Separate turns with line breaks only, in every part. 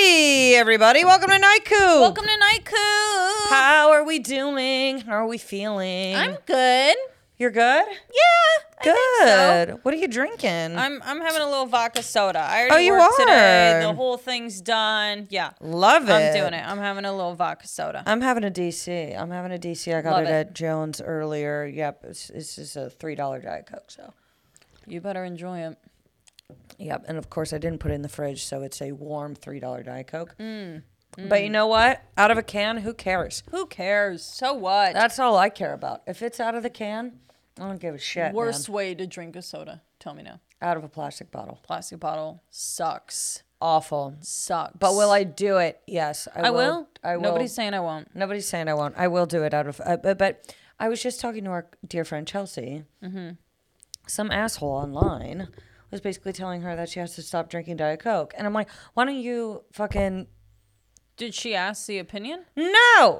Hey, everybody. Welcome to Night Coup.
Welcome to Night Coup.
How are we doing? How are we feeling?
I'm good.
You're good?
Yeah.
Good.
I think so.
What are you drinking?
I'm I'm having a little vodka soda. I already
Oh, you
worked today.
are.
The whole thing's done. Yeah.
Love it.
I'm doing it. I'm having a little vodka soda.
I'm having a DC. I'm having a DC. I got
Love
it,
it.
at Jones earlier. Yep. It's, it's just a $3 Diet Coke. So,
you better enjoy it.
yep. And of course, I didn't put it in the fridge. So it's a warm $3 Diet Coke.
Mm,
But you know what? Out of a can, who cares?
Who cares? So what?
That's all I care about. If it's out of the can, I don't give a shit. man.
Worst way to drink a soda. Tell me now.
Out of a plastic bottle.
Plastic bottle sucks.
Awful.
Sucks.
But will I do it? Yes, I,
I will.
I will.
Nobody's
Nobody's
saying I won't.
nobody's saying I won't. I will do it out of. Uh, but, but I was just talking to our dear friend Chelsea.
Mm-hmm.
Some asshole online was basically telling her that she has to stop drinking Diet Coke, and I'm like, why don't you fucking
Did she ask the opinion?
no?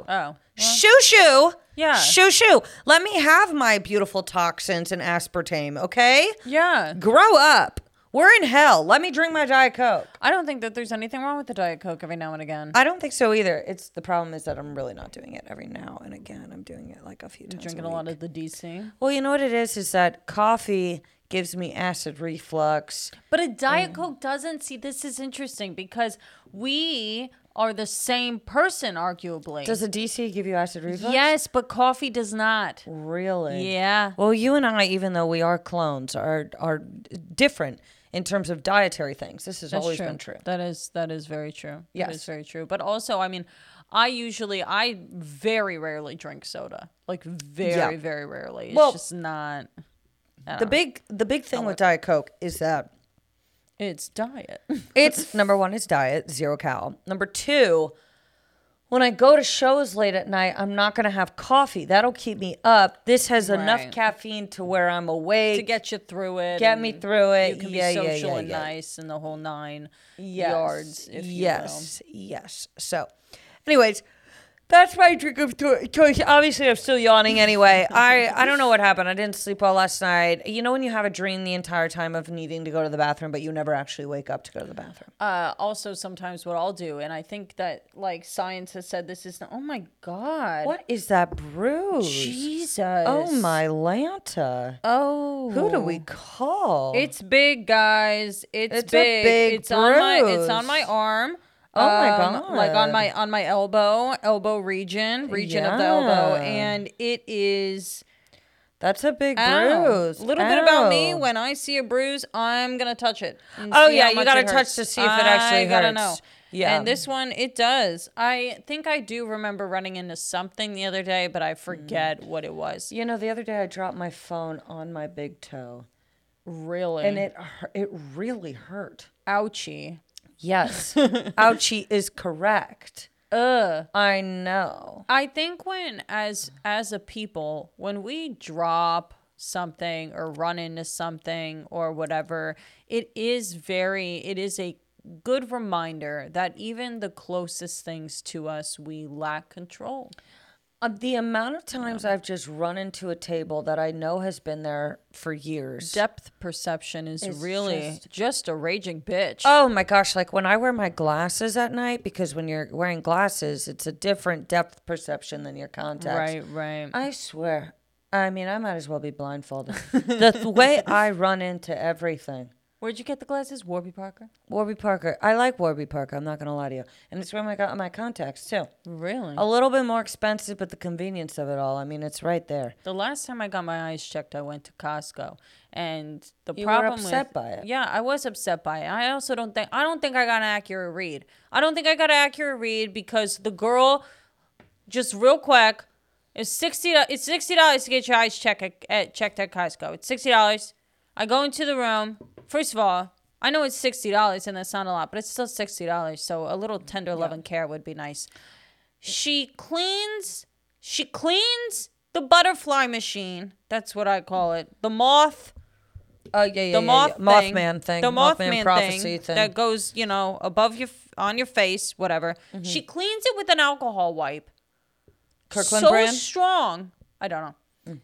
Oh.
Shoo shoo.
Yeah.
Shoo shoo. Let me have my beautiful toxins and aspartame, okay?
Yeah.
Grow up. We're in hell. Let me drink my Diet Coke.
I don't think that there's anything wrong with the Diet Coke every now and again.
I don't think so either. It's the problem is that I'm really not doing it every now and again. I'm doing it like a few times.
Drinking
a,
a
week.
lot of the DC.
Well, you know what it is is that coffee gives me acid reflux.
But a Diet Coke doesn't. See, this is interesting because we are the same person, arguably.
Does a DC give you acid reflux?
yes, but coffee does not.
Really?
Yeah.
Well, you and I, even though we are clones, are are different in terms of dietary things. This has always been true.
That is that is very true. That
Yes.
is very true. But also, I mean, I usually I very rarely drink soda. Like very,
Yeah.
very rarely. It's
Well-
just not
The big the big thing with Diet Coke is that
it's diet.
It's number one, it's diet, zero cal. Number two, when I go to shows late at night, I'm not going to have coffee. That'll keep me up. This has enough
Right.
caffeine to where I'm awake.
to get you through it.
Get me
and
through it.
You can
Yeah,
be
yeah,
social
yeah,
and
yeah.
nice and the whole nine
Yes,
yards, if
yes, yes. So, anyways, that's my drink of cho- choice. Obviously, I'm still yawning anyway. I I don't know what happened. I didn't sleep well last night. You know when you have a dream the entire time of needing to go to the bathroom, but you never actually wake up to go to the bathroom.
you will. Uh, also, sometimes what I'll do, and I think that like science has said this is, oh my God.
What is that bruise?
Jesus.
Oh my Lanta.
Oh.
Who do we call?
It's big, guys. It's,
It's a
big.
big
it's on my it's
bruise.
on my arm. Um,
Oh my
Like
God.
on my on my elbow, elbow region, region of the elbow,
Yeah.
and it is
that's a big
Ow.
bruise.
Oh, Little bit about me.
Ow.
When I see a bruise, I'm gonna touch it. and
Oh,
see
yeah,
how
you
much
gotta
it
touch
hurts.
to see if it actually
I gotta
hurts.
know.
Yeah.
And this one, it does. I think I do remember running into something the other day, but I forget
Mm.
what it was.
you know, the other day I dropped my phone on my big toe,
Really?
and it hu- it really hurt.
ouchie.
Yes, ouchie is correct.
Ugh.
I know.
I think when as as a people, when we drop something or run into something or whatever, it is very it is a good reminder that even the closest things to us we lack control.
Uh, the amount of times I've just run into a table that I know has been there for years.
Depth perception is
It's
really
just-
just, a raging bitch.
Oh my gosh, like when I wear my glasses at night, because when you're wearing glasses, it's a different depth perception than your contacts.
right, right.
I swear. I mean, I might as well be blindfolded. the th- way I run into everything.
Where'd you get the glasses? Warby Parker?
Warby Parker. I like Warby Parker. I'm not going to lie to you. And it's where I got my contacts, too.
Really?
A little bit more expensive, but the convenience of it all. I mean, it's right there.
The last time I got my eyes checked, I went to Costco, and the
You were
problem
upset
with,
by it.
Yeah, I was upset by it. I also don't think I don't think I got an accurate read. I don't think I got an accurate read because the girl, just real quick, it's sixty. do- It's sixty dollars to get your eyes checked at, at checked at Costco. It's sixty dollars. I go into the room. First of all, I know it's sixty dollars, and that's not a lot, but it's still sixty dollars. So a little tender love and care would be nice. She cleans. She cleans the butterfly machine. That's what I call it. The moth.
Oh, yeah, yeah.
The moth. Thing,
Mothman thing.
The Mothman,
prophecy
thing,
thing.
that goes, you know, above your f- on your face, whatever.
Mm-hmm.
She cleans it with an alcohol wipe.
Kirkland
so
brand? Mm.
strong. I don't know.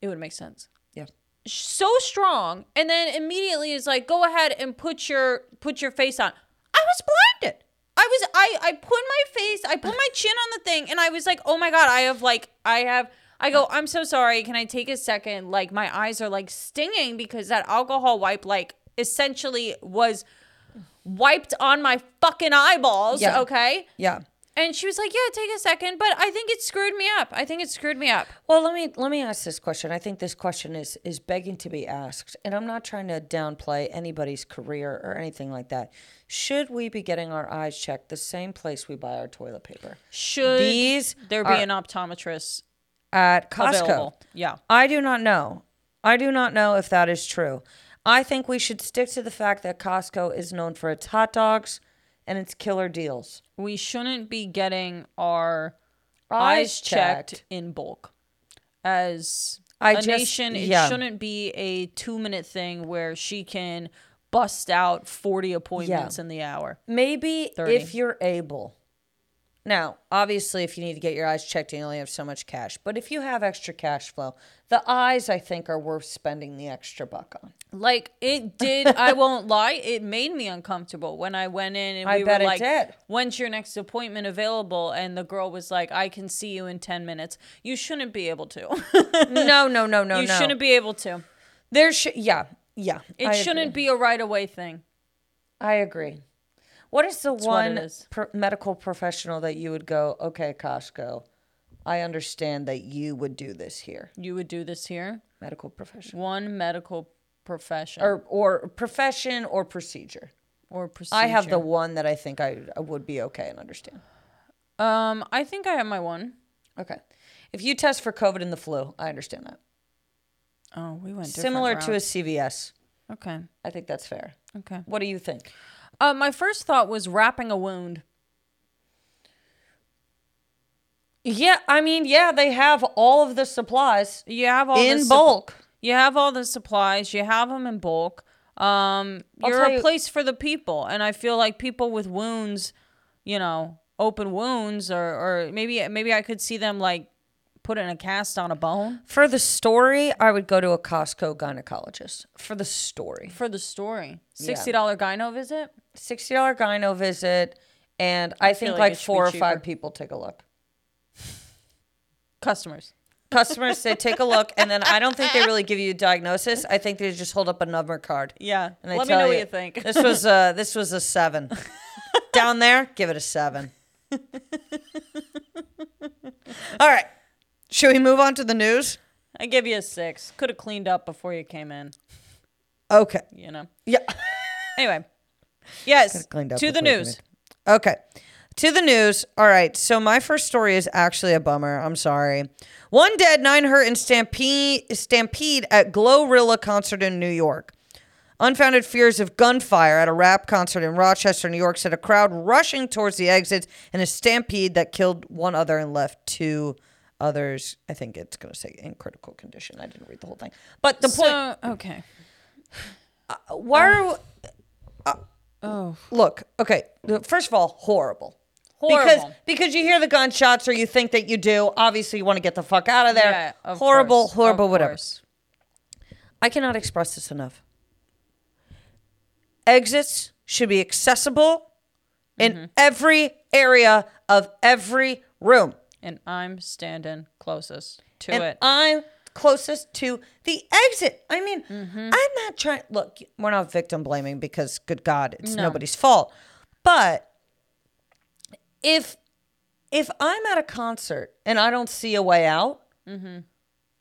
It would make sense.
yeah.
So strong, and then immediately is like, go ahead and put your put your face on. I was blinded. I was I I put my face, I put my chin on the thing, and I was like, oh my god, I have like, I have. I go, I'm so sorry. Can I take a second? Like my eyes are like stinging because that alcohol wipe, like essentially, was wiped on my fucking eyeballs.
Yeah.
Okay.
Yeah.
And she was like, "Yeah, take a second, but I think it screwed me up. I think it screwed me up."
Well, let me let me ask this question. I think this question is is begging to be asked, and I'm not trying to downplay anybody's career or anything like that. Should we be getting our eyes checked the same place we buy our toilet paper?
Should
These
there be
are-
an optometrist
At Costco.
available? Yeah.
I do not know. I do not know if that is true. I think we should stick to the fact that Costco is known for its hot dogs and its killer deals.
we shouldn't be getting our
Eyes
eyes, checked. in bulk. As
I
a
just-
nation, it
yeah.
shouldn't be a two minute thing where she can bust out 40 appointments in the hour.
Maybe
30.
if you're able. Now, obviously, if you need to get your eyes checked and you only have so much cash, but if you have extra cash flow, the eyes, I think, are worth spending the extra buck on.
Like it did, I won't lie, it made me uncomfortable when I went in and
I
we
bet it
were like,
did.
"When's your next appointment available?" And the girl was like, "I can see you in ten minutes." You shouldn't be able to.
No, no, no, no,
you
no.
shouldn't be able to.
There should, yeah, yeah.
It
I agree.
shouldn't be a right away thing.
I agree. What is the
what it
one
is.
pro- medical professional that you would go, okay, Costco, I understand that you would do this here?
You would do this here.
Medical professional.
One medical profession or,
Or, or profession or procedure.
procedure.
I have the one that I think I I would be okay and understand.
Um, I think I have my one.
Okay. If you test for COVID and the flu, I understand that.
Oh, we went different
Similar to a
route.
CVS.
Okay.
I think that's fair.
Okay.
What do you think?
Uh, my first thought was wrapping a wound.
Yeah, I mean, yeah, they have all of the supplies
You have all
in
this sup-
bulk.
You have all the supplies. You have them in bulk. Um,
I'll
you're
tell
a
you-
place for the people, and I feel like people with wounds, you know, open wounds, or or maybe maybe I could see them like put in a cast on a bone
For the story, I would go to a Costco gynecologist. For the story.
for the story. Sixty dollar gyno visit.
sixty dollar gyno visit, and I, think
like
like,
it should be
four or
cheaper.
five people take a look.
Customers.
Customers they take a look, and then I don't think they really give you a diagnosis. I think they just hold up a number card.
Yeah.
and they
Let me
tell
know what you think.
This was a this was a seven. Down there, give it a seven. All right, should we move on to the news?
I give you a six. Could have cleaned up before you came in,
Okay.
you know.
Yeah.
Anyway. Yes.
cleaned up
To the
before you
news.
Okay. To the news. All right. So my first story is actually a bummer. I'm sorry. One dead, nine hurt in stampede stampede at Glorilla concert in New York. Unfounded fears of gunfire at a rap concert in Rochester, New York, sent a crowd rushing towards the exits in a stampede that killed one other and left two others. I think it's going to say in critical condition. I didn't read the whole thing, but the point.
So, okay.
Why are uh,
Oh.
Look, okay. the- First of all, horrible. Because
Horrible.
because you hear the gunshots or you think that you do. Obviously, you want to get the fuck out of there.
Yeah, of
horrible,
course,
horrible,
of
whatever.
course.
I cannot express this enough. Exits should be accessible
Mm-hmm.
in every area of every room.
And I'm standing closest to
and
it.
I'm closest to the exit. I mean,
Mm-hmm.
I'm not trying. Look, we're not victim blaming because, good God, it's nobody's fault. But if if I'm at a concert and I don't see a way out,
Mm-hmm.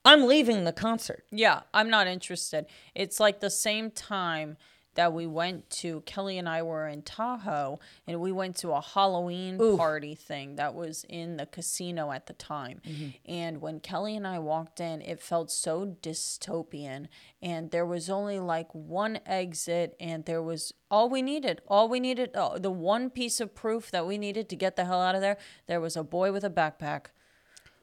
I'm leaving the concert.
yeah, I'm not interested. It's like the same time that we went to Kelly and I were in Tahoe and we went to a Halloween party thing that was in the casino at the time.
Mm-hmm.
And when Kelly and I walked in, it felt so dystopian and there was only like one exit and there was all we needed, all we needed, oh, the one piece of proof that we needed to get the hell out of there, there was a boy with a backpack.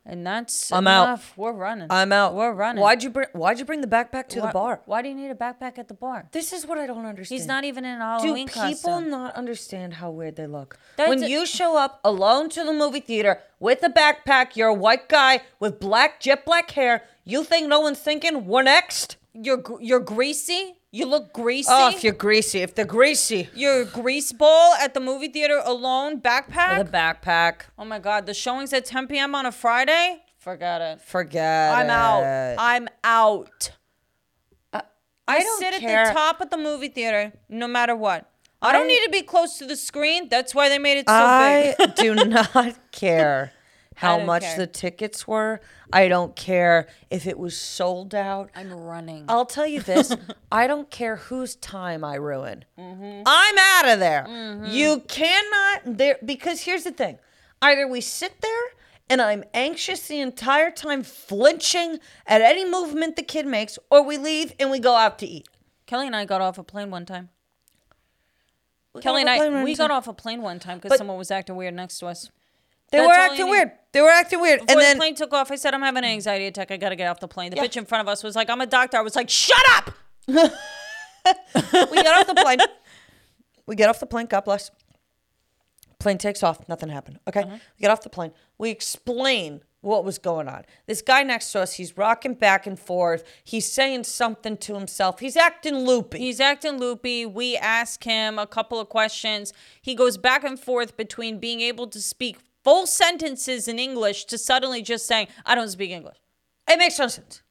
And that's
I'm out.
enough. We're running.
I'm out.
We're running.
Why'd you bring Why'd you bring the backpack to
Why-
the bar?
Why do you need a backpack at the bar?
This is what I don't understand.
He's not even in a
Do
Halloween
people
costume.
not understand how weird they look?
That's
when
a-
you show up alone to the movie theater with a backpack, you're a white guy with black jet black hair. You think no one's thinking we're next?
You're gr- you're greasy. You look greasy.
Oh, if you're greasy, if they're greasy.
your grease ball at the movie theater alone backpack.
With a backpack.
oh my god, the showings at 10 p.m. on a Friday. Forget it.
Forget
I'm out.
it.
I'm out. Uh, I,
don't
sit
care.
at the top of the movie theater no matter what. I don't
I-
need to be close to the screen. That's why they made it so
I
big.
do not care how
don't
much
care.
the tickets were. I don't care if it was sold out.
I'm running.
I'll tell you this I don't care whose time I ruin.
Mm-hmm.
I'm out of there. You cannot, there, because here's the thing either we sit there and I'm anxious the entire time, flinching at any movement the kid makes, or we leave and we go out to eat.
Kelly and I got off a plane one time.
We
Kelly
got on
and
a plane
I,
one
we
time.
got off a plane one time because
But-
someone was acting weird next to us.
They
That's
were
all you
acting
need.
weird. They were acting weird.
Before
and then
the plane took off, I said, I'm having an anxiety attack. I got to get off the plane. The bitch in front of us was like, I'm a doctor. I was like, shut up.
we got off the plane. We get off the plane. God bless. Plane takes off. Nothing happened. Okay. We get off the plane. We explain what was going on. This guy next to us, he's rocking back and forth. He's saying something to himself. He's acting loopy.
He's acting loopy. We ask him a couple of questions. He goes back and forth between being able to speak full sentences in English to suddenly just saying, I don't speak English.
it makes no sense.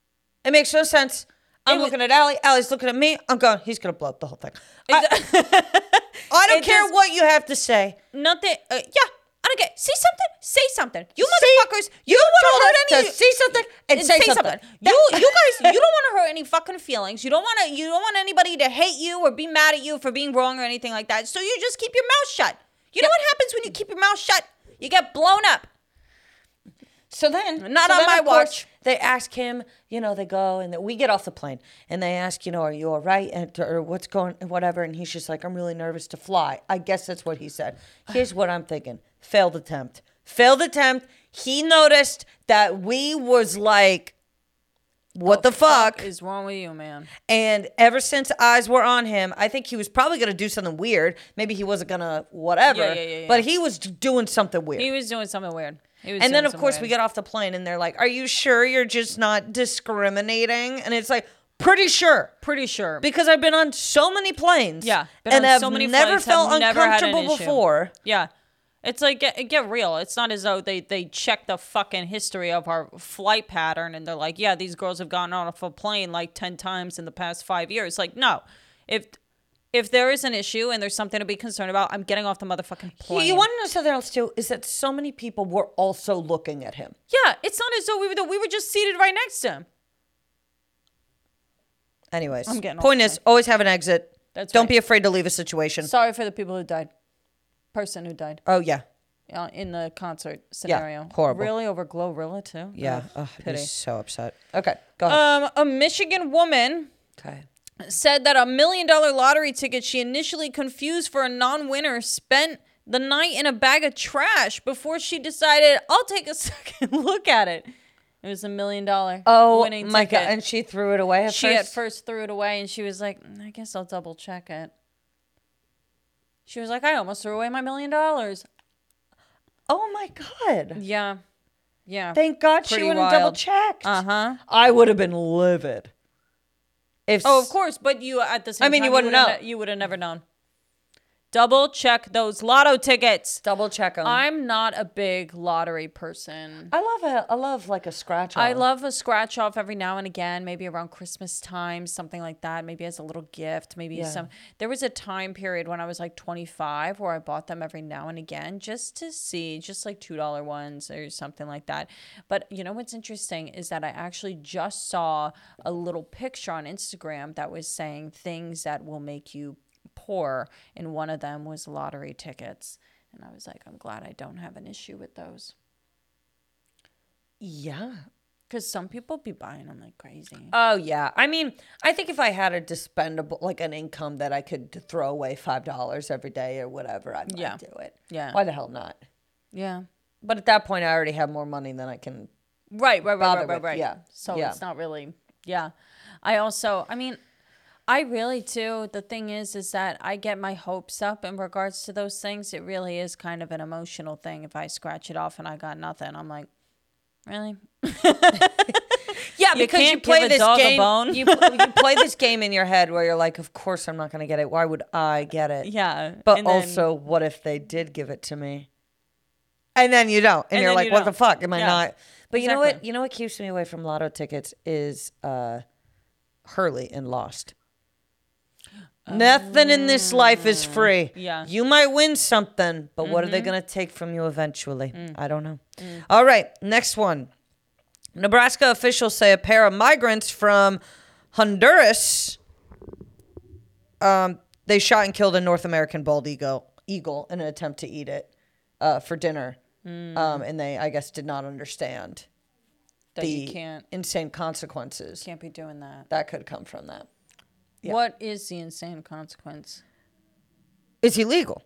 It makes no sense. I'm
It was-
looking at Allie. Allie's looking at me. I'm going, he's going to blow up the whole thing. I, I don't
It
care
just-
what you have to say.
Nothing. Uh, yeah. I don't get. Say something. Say something. You
See?
motherfuckers. You,
You
don't
told
want
us
to hurt any.
to see something and,
and
say, something.
You, you guys, you don't want to hurt any fucking feelings. You don't want to. You don't want anybody to hate you or be mad at you for being wrong or anything like that. So you just keep your mouth shut. You know what happens when you keep your mouth shut? You get blown up.
So then,
Not
so
on
then,
my
of course,
watch.
They ask him, you know, they go and we get off the plane and they ask, you know, are you all right? And, or what's going, whatever. And he's just like, I'm really nervous to fly. I guess that's what he said. Here's what I'm thinking failed attempt. Failed attempt. He noticed that we was like, what the fuck?
is wrong with you, man?
And ever since eyes were on him, I think he was probably going to do something weird. Maybe he wasn't going to whatever.
Yeah, yeah, yeah, yeah.
But he was doing something weird.
He was doing something weird. He was
And then,
doing
of
something
course, we
weird.
get off the plane and they're like, Are you sure you're just not discriminating? And it's like, Pretty sure.
pretty sure.
Because I've been on so many planes.
Yeah, been
And
on
I've
so many
never
flights,
felt
I've never had an
uncomfortable
issue.
before.
yeah, it's like get get real. It's not as though they they check the fucking history of our flight pattern and they're like, yeah, these girls have gotten off a plane like ten times in the past five years. Like, no, if if there is an issue and there's something to be concerned about, I'm getting off the motherfucking plane.
You want to know something else, too, is that so many people were also looking at him.
Yeah, it's not as though we were the, we were just seated right next to him.
Anyways,
getting off
point
the
is, always have an exit.
That's
Don't
right.
be afraid to leave a situation.
Sorry for the people who died. Person who died
oh, yeah.
uh, in the concert scenario.
horrible.
Really over Glow Rilla too.
Yeah.
Ugh,
Ugh, I'd be
pity.
so upset. Okay, go ahead.
Um, a Michigan woman
okay.
said that a million dollar lottery ticket she initially confused for a non winner spent the night in a bag of trash before she decided, I'll take a second look at it. It was a million dollar
Oh,
winning
my
ticket.
God. And she threw it away at
she
first.
at first threw it away and she was like, "Mm, I guess I'll double check it. She was like, I almost threw away my million dollars.
oh, my God.
Yeah. Yeah.
Thank God she
Pretty
wouldn't double
wild.
checked.
uh huh.
I would have been livid. If
Oh, of course, but you at the same.
mean,
time,
you wouldn't
would've
know.
ne- you would have never known. Double check those lotto tickets.
double check them. I,
I'm not a big lottery person.
love a I love like a scratch.
I
off.
love a scratch off every now and again, maybe around Christmas time, something like that. Maybe as a little gift, maybe
Yeah.
some. There was a time period when I was like 25 where I bought them every now and again just to see, just like $2 ones or something like that. But you know what's interesting is that I actually just saw a little picture on Instagram that was saying things that will make you poor. And one of them was lottery tickets. And I was like, I'm glad I don't have an issue with those.
Yeah.
Because some people be buying them like crazy.
Oh yeah. I mean, I think if I had a dispendable like an income that I could throw away five dollars every day or whatever, I might
Yeah.
do it.
Yeah.
Why the hell not?
Yeah.
But at that point, I already have more money than I can.
Right, right, right,
Bother
right, right,
with,
right.
yeah,
So
yeah.
it's not really. Yeah. I also, I mean, I really too. The thing is, is that I get my hopes up in regards to those things. It really is kind of an emotional thing. If I scratch it off and I got nothing, I'm like, really?
Yeah, Yeah, because
can't
you play
give a
this
dog a
game.
bone.
You, pl- you play this game in your head where you're like, of course I'm not going to get it. Why would I get it?
yeah.
But
and then-
also, what if they did give it to me? And then you don't, and,
And
you're
then
like,
you
what the
don't.
fuck? Am I
Yeah.
not? But you know what?
Exactly.
You know what keeps me away from lotto tickets is uh, Hurley and Lost. Nothing in this life is free.
Um, yeah. Mm-hmm.
You might win something, but what are they going to take from you eventually?
Mm.
I don't know. All right, next one. Nebraska officials say a pair of migrants from Honduras um, they shot and killed a North American bald eagle eagle in an attempt to eat it uh, for dinner.
Mm.
Um, and they, I guess, did not understand
that
the
you can't
insane consequences
can't be doing that.
that could come from that. Yeah.
What is the insane consequence?
It's illegal.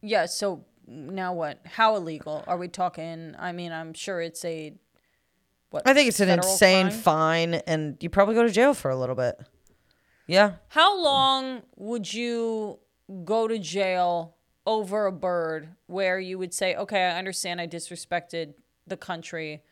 Yeah, so now what? How illegal are we talking? I mean, I'm sure it's a what?
I think it's an
federal
insane
crime?
fine, and you probably go to jail for a little bit. Yeah.
How long would you go to jail over a bird where you would say, "Okay, I understand I disrespected the country.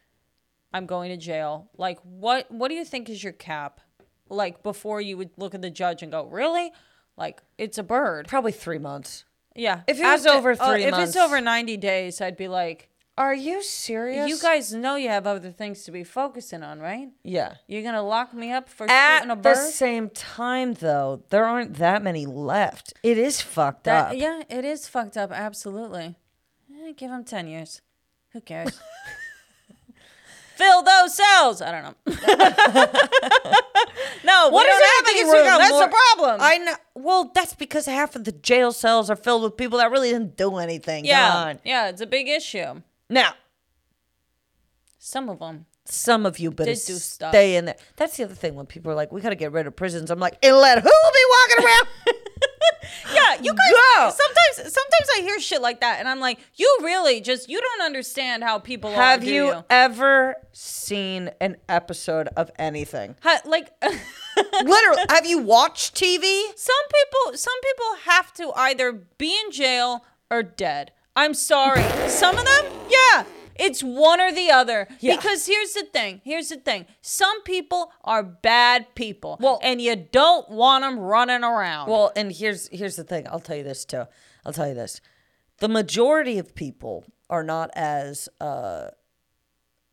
I'm going to jail." Like what what do you think is your cap? Like before you would look at the judge and go, "Really?" Like it's a bird.
Probably three months.
Yeah.
If it was over
three,
three
if
months.
it's over 90 days, I'd be like,
Are you serious?
You guys know you have other things to be focusing on, right?
Yeah.
You're gonna lock me up for shooting a
At the
bird?
same time, though, there aren't that many left. It is fucked
That-
up.
yeah, it is fucked up. Absolutely. Eh, give him ten years. Who cares? Fill those cells. I don't know. no, what
What
we
is
don't have any
happening
room. That's
more,
the problem.
I know. Well, that's because half of the jail cells are filled with people that really didn't do anything.
yeah,
Come on.
yeah, it's a big issue.
Now,
Some of them.
some of you better
They do stuff.
stay in there. That's the other thing when people are like, "We gotta get rid of prisons." I'm like, and let who be walking around?
Yeah, you guys.
Go.
Sometimes, sometimes I hear shit like that, and I'm like, you really just you don't understand how people are,
Have
do
you, ever seen an episode of anything?
Ha- like
Literally, have you watched TV?
some people some people have to either be in jail or dead i'm sorry some of them yeah it's one or the other
Yeah.
because here's the thing here's the thing some people are bad people
Well-
and you don't want them running around
Well, and here's here's the thing. I'll tell you this too. I'll tell you this. The majority of people are not as uh,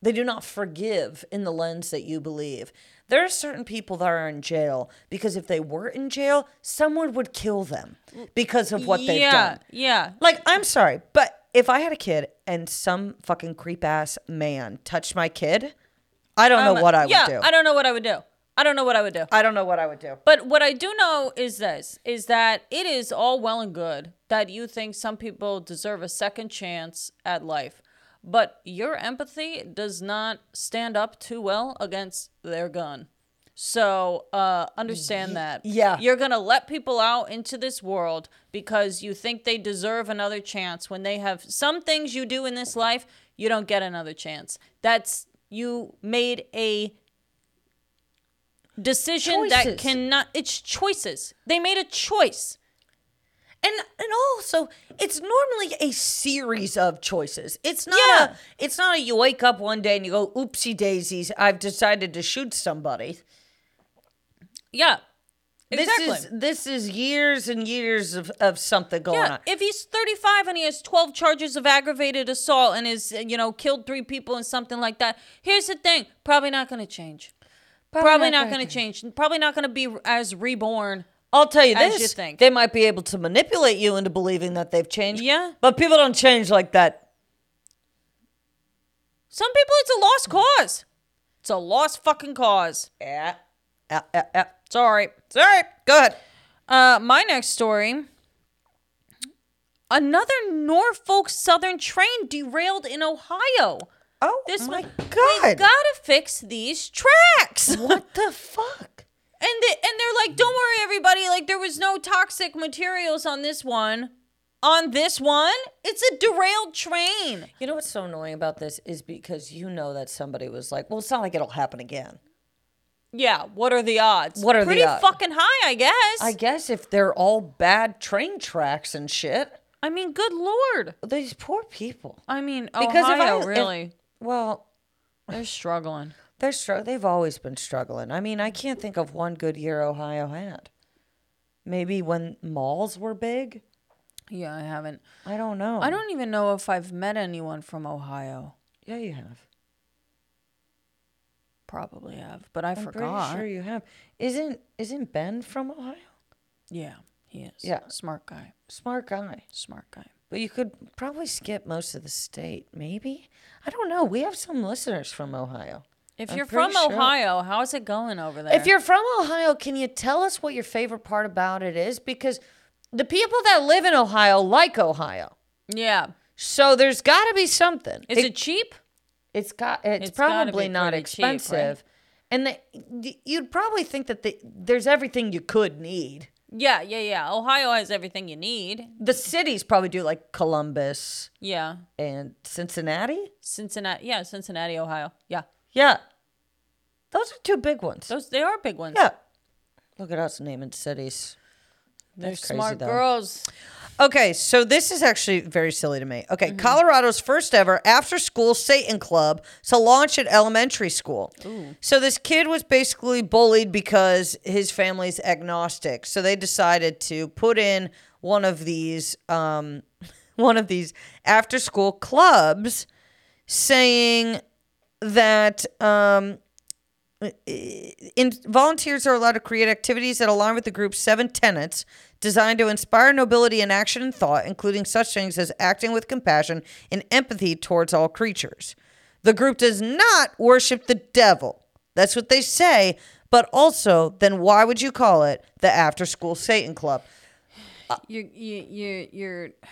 they do not forgive in the lens that you believe. There are certain people that are in jail because if they were in jail, someone would kill them because of what they've
yeah
done.
yeah
Like, I'm sorry, but if I had a kid and some fucking creep ass man touched my kid, I don't know
Um,
what I
yeah,
would do.
i don't know what i would do i don't know what i would do
I don't know what I would do.
But what I do know is this is that it is all well and good that you think some people deserve a second chance at life. But your empathy does not stand up too well against their gun. So uh, understand that.
yeah.
You're going to let people out into this world because you think they deserve another chance when they have some things you do in this life, you don't get another chance. That's, you made a decision that
Choices.
cannot it's choices they made a choice
and and also it's normally a series of choices it's not
Yeah.
a it's not a you wake up one day and you go oopsie daisies i've decided to shoot somebody
yeah exactly
this is this is years and years of, of something going
yeah
on
if he's 35 and he has 12 charges of aggravated assault and is uh, you know killed three people and something like that here's the thing probably not going to change probably, not, going to change probably not going to be as reborn
i'll tell you
as
this
you think.
they might be able to manipulate you into believing that they've changed
Yeah.
but people don't change like that
some people it's a lost cause it's a lost fucking cause
yeah yeah yeah, yeah.
sorry
sorry go ahead
Uh, my next story. Another Norfolk Southern train derailed in Ohio.
oh
This
my
one- We
god
gotta fix these tracks.
what the fuck
And they, and they're like, don't worry, everybody. Like there was no toxic materials on this one. On this one, it's a derailed train.
You know what's so annoying about this is because you know that somebody was like, "Well, it's not like it'll happen again."
Yeah. What are the odds?
What are the
Pretty
odds?
fucking high, I guess.
I
I,
guess if they're all bad train tracks and shit,
mean, good lord.
these poor people.
I mean,
Because if I-
Ohio
if-
really,
Well,
they're struggling.
They're str- they've always been struggling. I mean, I can't think of one good year Ohio had. Maybe when malls were big.
Yeah, I haven't.
I don't know.
I don't even know if I've met anyone from Ohio.
Yeah, you have.
Probably have, but I
I'm
forgot.
pretty sure you have. Isn't isn't Ben from Ohio?
Yeah, he is.
Yeah.
smart guy.
Smart guy.
Smart guy.
But you could probably skip most of the state, maybe. I don't know. We have some listeners from Ohio.
If
I'm
you're from
pretty sure.
Ohio, how's it going over there?
If you're from Ohio, can you tell us what your favorite part about it is? Because the people that live in Ohio like Ohio.
yeah,
So there's got to be something.
is it, cheap?
It's got. It's,
It's gotta be
probably not
pretty cheap, right?
expensive, and they, y- you'd probably think that the, there's everything you could need.
Yeah, yeah, yeah. Ohio has everything you need.
The cities probably do like Columbus
Yeah,
and Cincinnati.
Cincinnati. Yeah, Cincinnati, Ohio. Yeah,
Yeah, those are two big ones.
those they are big ones.
yeah, look at us naming cities.
they're
that's crazy,
smart
though.
girls.
Okay, so this is actually very silly to me.
Mm-hmm.
Okay, Colorado's first ever after school Satan club to launch at elementary school. So this kid was basically bullied because his family's agnostic. So they decided to put in one of these um, one of these after school clubs saying that um, in, volunteers are allowed to create activities that align with the group's seven tenets designed to inspire nobility in action and thought, including such things as acting with compassion and empathy towards all creatures. The group does not worship the devil. That's what they say, but also, then why would you call it the After School Satan Club?
You, you, you, you're.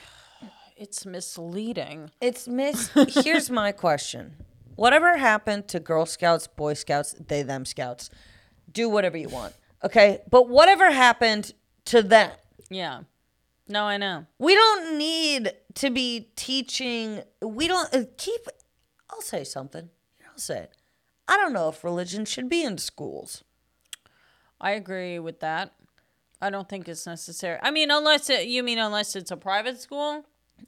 It's misleading.
It's miss. Here's my question: Whatever happened to Girl Scouts, Boy Scouts, they them Scouts? Do whatever you want, okay? But whatever happened to that?
Yeah. No, I know.
We don't need to be teaching. We don't uh, keep. I'll say something. I'll say it. I don't know if religion should be in schools.
I agree with that. I don't think it's necessary. I mean, unless it, you mean unless it's a private school.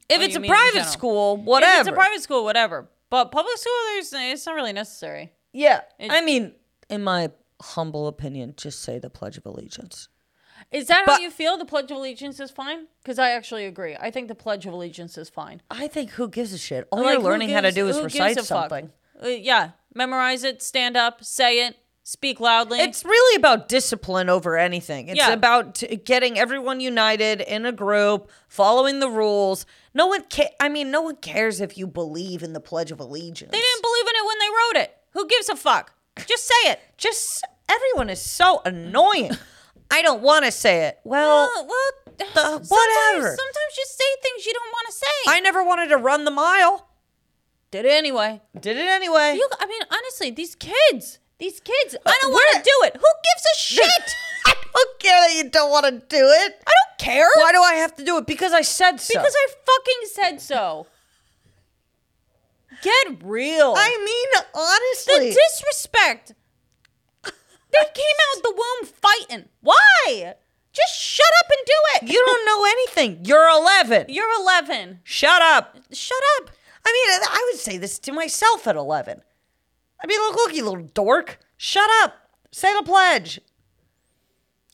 If
What do
it's
you
a
mean in
private
general?
school,
If
whatever.
it's a private school, whatever. But public school, there's it's not really necessary.
yeah. I mean, in my humble opinion, just say the Pledge of Allegiance.
Is that how
But-
you feel? The Pledge of Allegiance is fine? Because I actually agree. I think the Pledge of Allegiance is fine.
I think who gives a shit? All
Like,
you're
who
learning how to
gives-
do is
who gives
recite
a fuck?
something.
Uh, yeah, memorize it, stand up, say it, speak loudly.
It's really about discipline over anything. It's
Yeah.
about t- getting everyone united in a group, following the rules. No one ca- I mean, no one cares if you believe in the Pledge of Allegiance.
they didn't believe in it when they wrote it. Who gives a fuck? Just say it.
Just everyone is so annoying. I don't want to say it. Well,
uh, Well, well sometimes-
whatever.
Sometimes you say things you don't want to say.
I never wanted to run the mile.
did it anyway.
Did it anyway.
You, I mean, honestly, these kids, these kids, I don't
we're-
want to do it. Who gives a shit?
I don't care that you don't want to do it.
I don't care.
Why do I have to do it? Because I said so.
Because I fucking said so. Get real.
I mean,
the
honestly.
disrespect. They came out the womb fighting. Why? Just shut up and do it.
You don't know anything. You're 11.
You're 11.
Shut up.
Shut up.
I mean, I would say this to myself at 11. I mean, look, look, you little dork. Shut up. Say the pledge.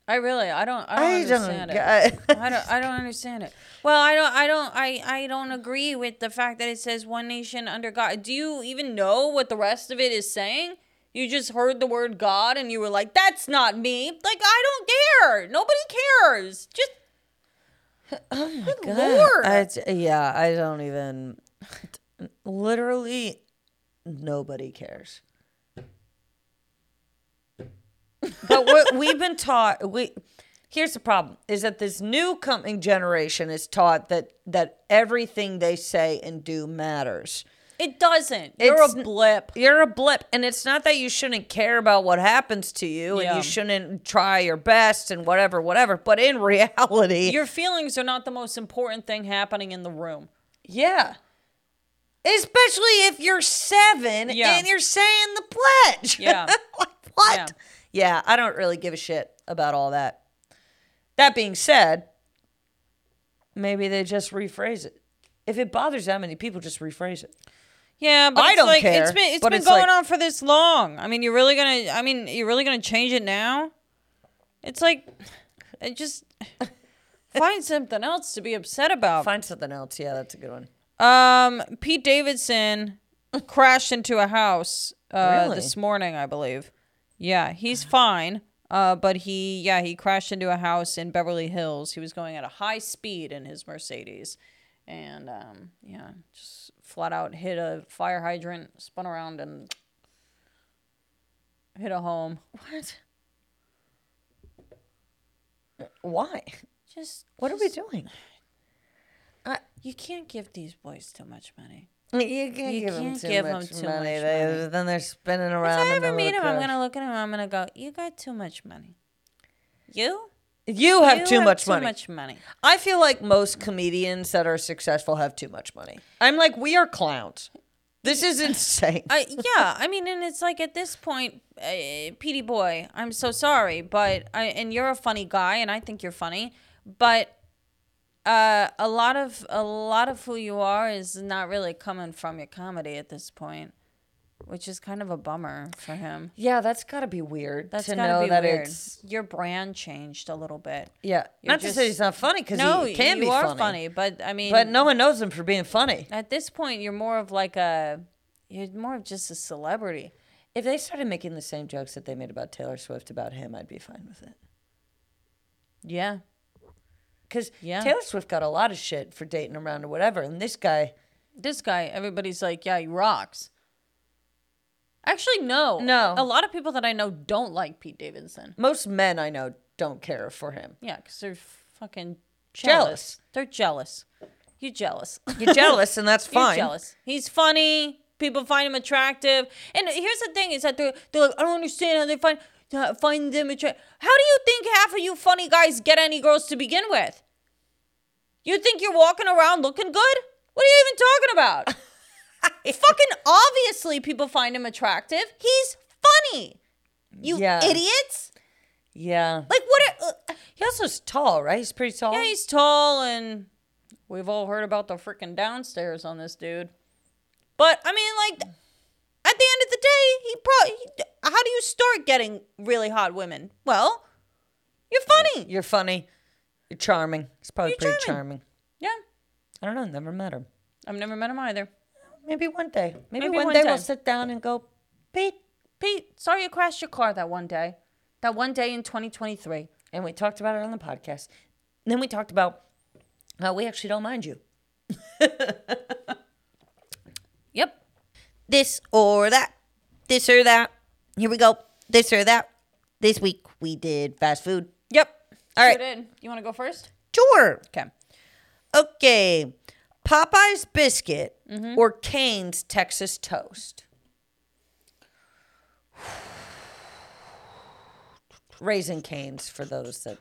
I really, I don't, I don't understand it.
get-
I don't, I don't understand it. Well, I don't, I don't, I, I don't agree with the fact that it says one nation under God. Do you even know what the rest of it is saying? You just heard the word God and you were like, that's not me. Like, I don't care. Nobody cares. Just, oh my
God, Uh,
Lord.
I j- yeah, I don't even. Literally, nobody cares. but what we've been taught, we here's the problem: is that this new coming generation is taught that that everything they say and do matters.
it doesn't. You're
It's-
a blip.
You're a blip, and it's not that you shouldn't care about what happens to you, and
Yeah.
you shouldn't try your best and whatever, whatever. But in reality,
Your feelings are not the most important thing happening in the room.
Yeah. Especially if you're seven
Yeah.
and you're saying the pledge.
Yeah.
like, what? Yeah. I don't really give a shit about all that. That being said, maybe they just rephrase it. If it bothers that many people, just rephrase it.
Yeah, but
I
it's
don't
like,
care,
It's been it's
but
been
it's
going
like-
on for this long. I mean, you're really gonna. I mean, you're really gonna change it now. It's like, it just find something else to be upset about.
Find something else. Yeah, that's a good one.
Um, Pete Davidson crashed into a house uh,
Really?
this morning, I believe. Yeah, he's fine. Uh, but he, yeah, he crashed into a house in Beverly Hills. He was going at a high speed in his Mercedes, and um, yeah, just flat out hit a fire hydrant, spun around, and hit a home.
What? Why?
Just
What are we doing? I,
you can't give these boys too much money.
you can't
You
give them
can't
too
give 'em
much
too
money.
much
They-
money.
Then they're spinning
If
around.
I
in the
ever meet him, I'm
crash.
gonna look at him. I'm gonna go, "You got too much money." You?
You have
You
too much
too
money.
much money.
I feel like most comedians that are successful have too much money. I'm like, we are clowns. This is insane.
I Uh, yeah. I mean, and it's like at this point, uh, Petey boy, I'm so sorry, but I and you're a funny guy, and I think you're funny, but uh, a lot of a lot of who you are is not really coming from your comedy at this point, which is kind of a bummer for him.
yeah, that's got to be weird
That's
to
gotta
know
be
that
weird.
it's
your brand changed a little bit.
yeah.
You're
not to say
just-
he's not funny because
No,
he can
you
be
are
funny,
but I mean,
but no one knows him for being funny.
At this point, you're more of like a, you're more of just a celebrity.
If they started making the same jokes that they made about Taylor Swift about him, I'd be fine with it.
Yeah.
Because
Yeah.
Taylor Swift got a lot of shit for dating around or whatever, and this guy.
This guy, everybody's like, yeah, he rocks. Actually, no.
No.
A lot of people that I know don't like Pete Davidson.
Most men I know don't care for him.
Yeah, because they're fucking jealous.
Jealous.
They're jealous. You're jealous.
You're jealous, and that's
You're
fine.
jealous. He's funny. People find him attractive. And here's the thing: is that they're, they're like, I don't understand how they find uh, find them attractive. How do you think half of you funny guys get any girls to begin with? You think you're walking around looking good? What are you even talking about? Fucking obviously, people find him attractive. He's funny. You
Yeah.
idiots!
Yeah.
Like what? Are, uh,
He also's tall, right? He's pretty tall.
yeah, he's tall, and we've all heard about the freaking downstairs on this dude. But I mean, like, at the end of the day, he probably. How do you start getting really hot women? Well, you're funny.
You're funny. You're charming. He's probably
You're
pretty charming.
charming. Yeah,
I don't know. Never met him.
I've never met him either.
Maybe one day. Maybe,
Maybe
one,
one
day we'll
time.
sit down and go, Pete.
Pete, sorry you crashed your car that one day. That one day in 2023.
And we talked about it on the podcast. And then we talked about how we actually don't mind you.
Yep.
this or that, this or that. Here we go. This or that. This week we did fast food.
Yep. All
right.
You want to go first?
Sure.
Okay.
Okay. Popeye's biscuit or Cane's Texas toast? Raisin Cane's for those that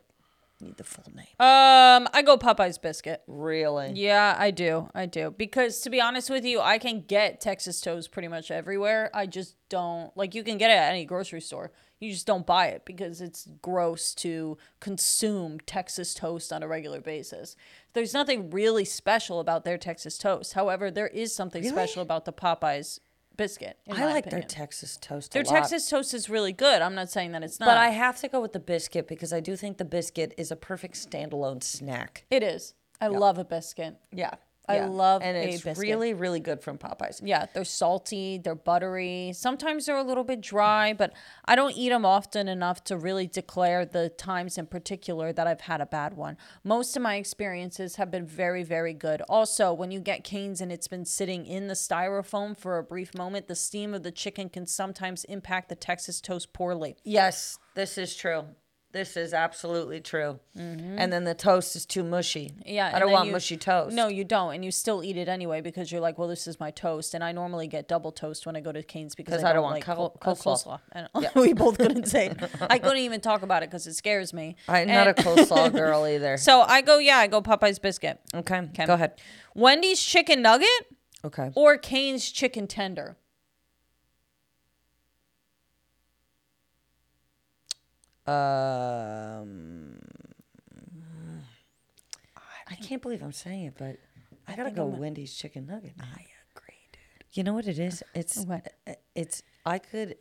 need the full name.
Um, I go Popeye's biscuit.
Really?
Yeah, I do. I do. Because to be honest with you, I can get Texas toast pretty much everywhere. I just don't like you can get it at any grocery store. You just don't buy it because it's gross to consume Texas toast on a regular basis. There's nothing really special about their Texas toast. However, there is something special about the Popeyes biscuit. in
I
my
like
opinion.
their Texas toast.
Their
a lot.
Texas toast is really good. I'm not saying that it's not.
But I have to go with the biscuit because I do think the biscuit is a perfect standalone snack.
it is. I love a biscuit.
Yeah.
I love
and
a
it's
biscuit.
really, really good from Popeyes.
Yeah, they're salty, they're buttery. Sometimes they're a little bit dry, but I don't eat them often enough to really declare the times in particular that I've had a bad one. Most of my experiences have been very, very good. Also, when you get canes and it's been sitting in the styrofoam for a brief moment, the steam of the chicken can sometimes impact the Texas toast poorly.
Yes, this is true. This is absolutely true. And then the toast is too mushy.
Mm-hmm. Yeah,
I
and
don't
then
want
you-
mushy toast.
No, you don't, and you still eat it anyway because you're like, well, this is my toast, and I normally get double toast when I go to Cane's because I, don't, want like
col-
col- uh,
coleslaw.
coleslaw. I don't- we both couldn't say. it. I couldn't even talk about it because it scares me.
I'm not a
And-
coleslaw girl either.
So I go, yeah, I go Popeye's biscuit,
okay, go ahead.
Wendy's chicken nugget,
Okay.
or Cane's chicken tender.
Um, I can't believe I'm saying it, but I gotta go Wendy's chicken nugget. I agree, dude. You know what it is? It's
What?
uh, it's I could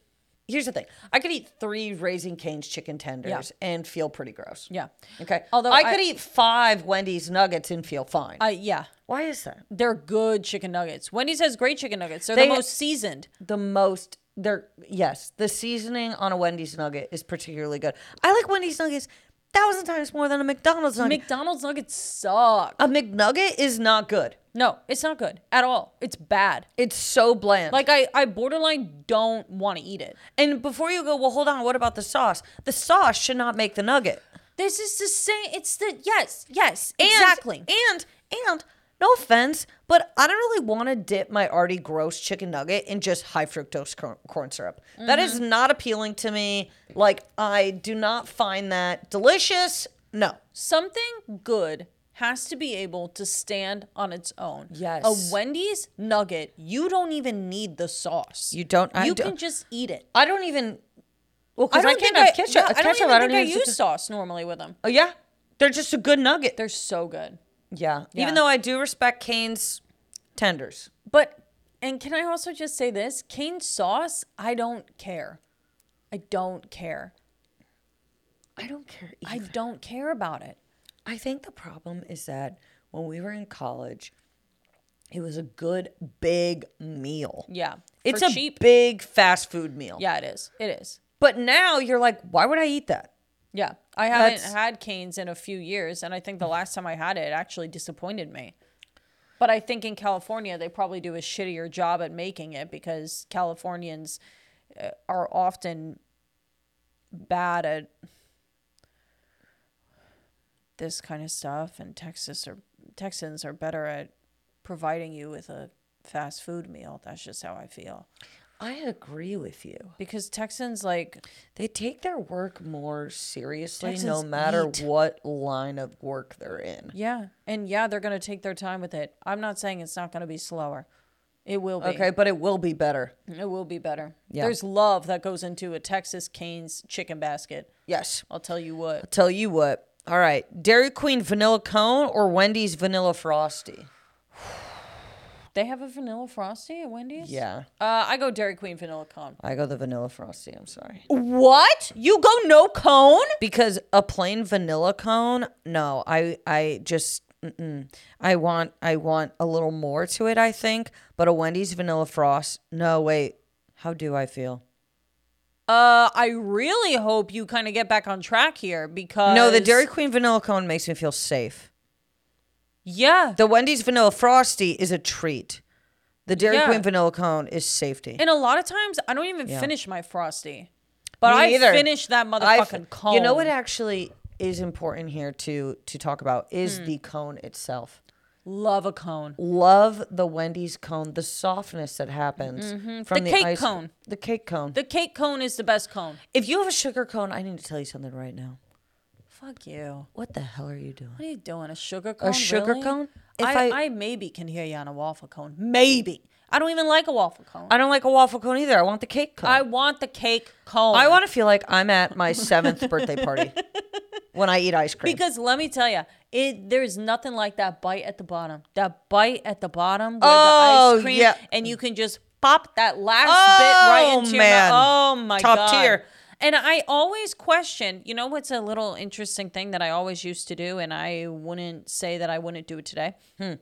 here's the thing. I could eat three raising canes chicken tenders and feel pretty gross.
Yeah.
Okay.
Although
Although I,
I-
could eat five Wendy's nuggets and feel fine.
Uh, yeah,
Why is that?
they're good chicken nuggets. Wendy's has great chicken nuggets. They're
They-
the most seasoned.
The most they're yes, the seasoning on a Wendy's nugget is particularly good. I like Wendy's nuggets thousand times more than a McDonald's nugget.
McDonald's nuggets suck.
a McNugget is not good.
No, it's not good at all. It's bad.
It's so bland.
Like I, I borderline don't want to eat it.
and before you go, well, hold on. What about the sauce? The sauce should not make the nugget.
This is the same. It's the yes, yes,
And-
exactly.
And and no offense, but I don't really want to dip my already gross chicken nugget in just high fructose corn, corn syrup. That is not appealing to me. Like I do not find that delicious. No.
Something good has to be able to stand on its own.
Yes.
A Wendy's nugget, you don't even need the sauce.
You don't- I
you
don't-
can just eat it.
I don't even Well,
I
cuz I, can't
don't think I,
have ketchup.
yeah, I don't
ketchup,
even think I
use
use sauce normally with them.
Oh yeah. They're just a good nugget.
They're so good.
Yeah.
Yeah.
Even though I do respect Cane's tenders.
But and can I also just say this? Cane sauce, I don't care. I don't care.
I don't care.
I don't care about it.
I think the problem is that when we were in college, it was a good big meal.
Yeah.
It's
for
a
cheap.
big fast food meal.
Yeah, it is. It is.
But now you're like, why would I eat that?
Yeah. I haven't
That's-
had canes in a few years and I think the last time I had it, it actually disappointed me. But I think in California they probably do a shittier job at making it because Californians uh, are often bad at this kind of stuff and Texas are Texans are better at providing you with a fast food meal. That's just how I feel.
I agree with you.
Because Texans like
They take their work more seriously no
Texans
matter
eat.
what line of work they're in.
Yeah. And yeah, they're going to take their time with it. I'm not saying it's not going to be slower. It will be.
Okay, but it will be better.
It will be better.
Yeah.
There's love that goes into a Texas Canes chicken basket.
Yes.
I'll tell you what.
Tell you what. All right. Dairy Queen vanilla cone or Wendy's vanilla frosty?
They have a vanilla frosty at Wendy's?
Yeah.
Uh, I go Dairy Queen vanilla cone.
I go the vanilla frosty. I'm sorry.
What? You go no cone?
because a plain vanilla cone no i i just mm-mm. i want i want a little more to it i think but a wendy's vanilla frost no wait how do i feel
Uh, I really hope you kind of get back on track here because
no the dairy queen vanilla cone makes me feel safe
Yeah.
the wendy's vanilla frosty is a treat the dairy
Yeah.
queen vanilla cone is safety
and a lot of times I don't even finish my frosty. But
Me
I
neither.
finish that
I've-
motherfucking cone.
you know what actually is important here to to talk about
Hmm.
is the cone itself
Love a cone.
love the Wendy's cone, the softness that happens from
Mm-hmm. The
the,
cake
ice-
cone.
The cake cone.
The cake cone is the best cone.
if you have a sugar cone, I need to tell you something right now.
Fuck you.
What the hell are you doing?
What are you doing? A sugar cone?
sugar
really?
cone? If
I, I,
I-
maybe can hear you on a waffle cone. Maybe. I don't even like a waffle cone. I,
I don't like a waffle cone either. I want the cake cone. I,
want the cake cone.
want to feel like I'm at my seventh birthday party when I eat ice cream.
because let me tell you, it there's nothing like that bite at the bottom. That bite at the bottom with the
Oh,
ice cream,
yeah.
and you can just pop that last bit right
Oh,
into
man.
your mouth. Oh my
Top
god,
tier.
And I always question, you know, what's a little interesting thing that I always used to do, and I wouldn't say that I wouldn't do it today.
Hmm.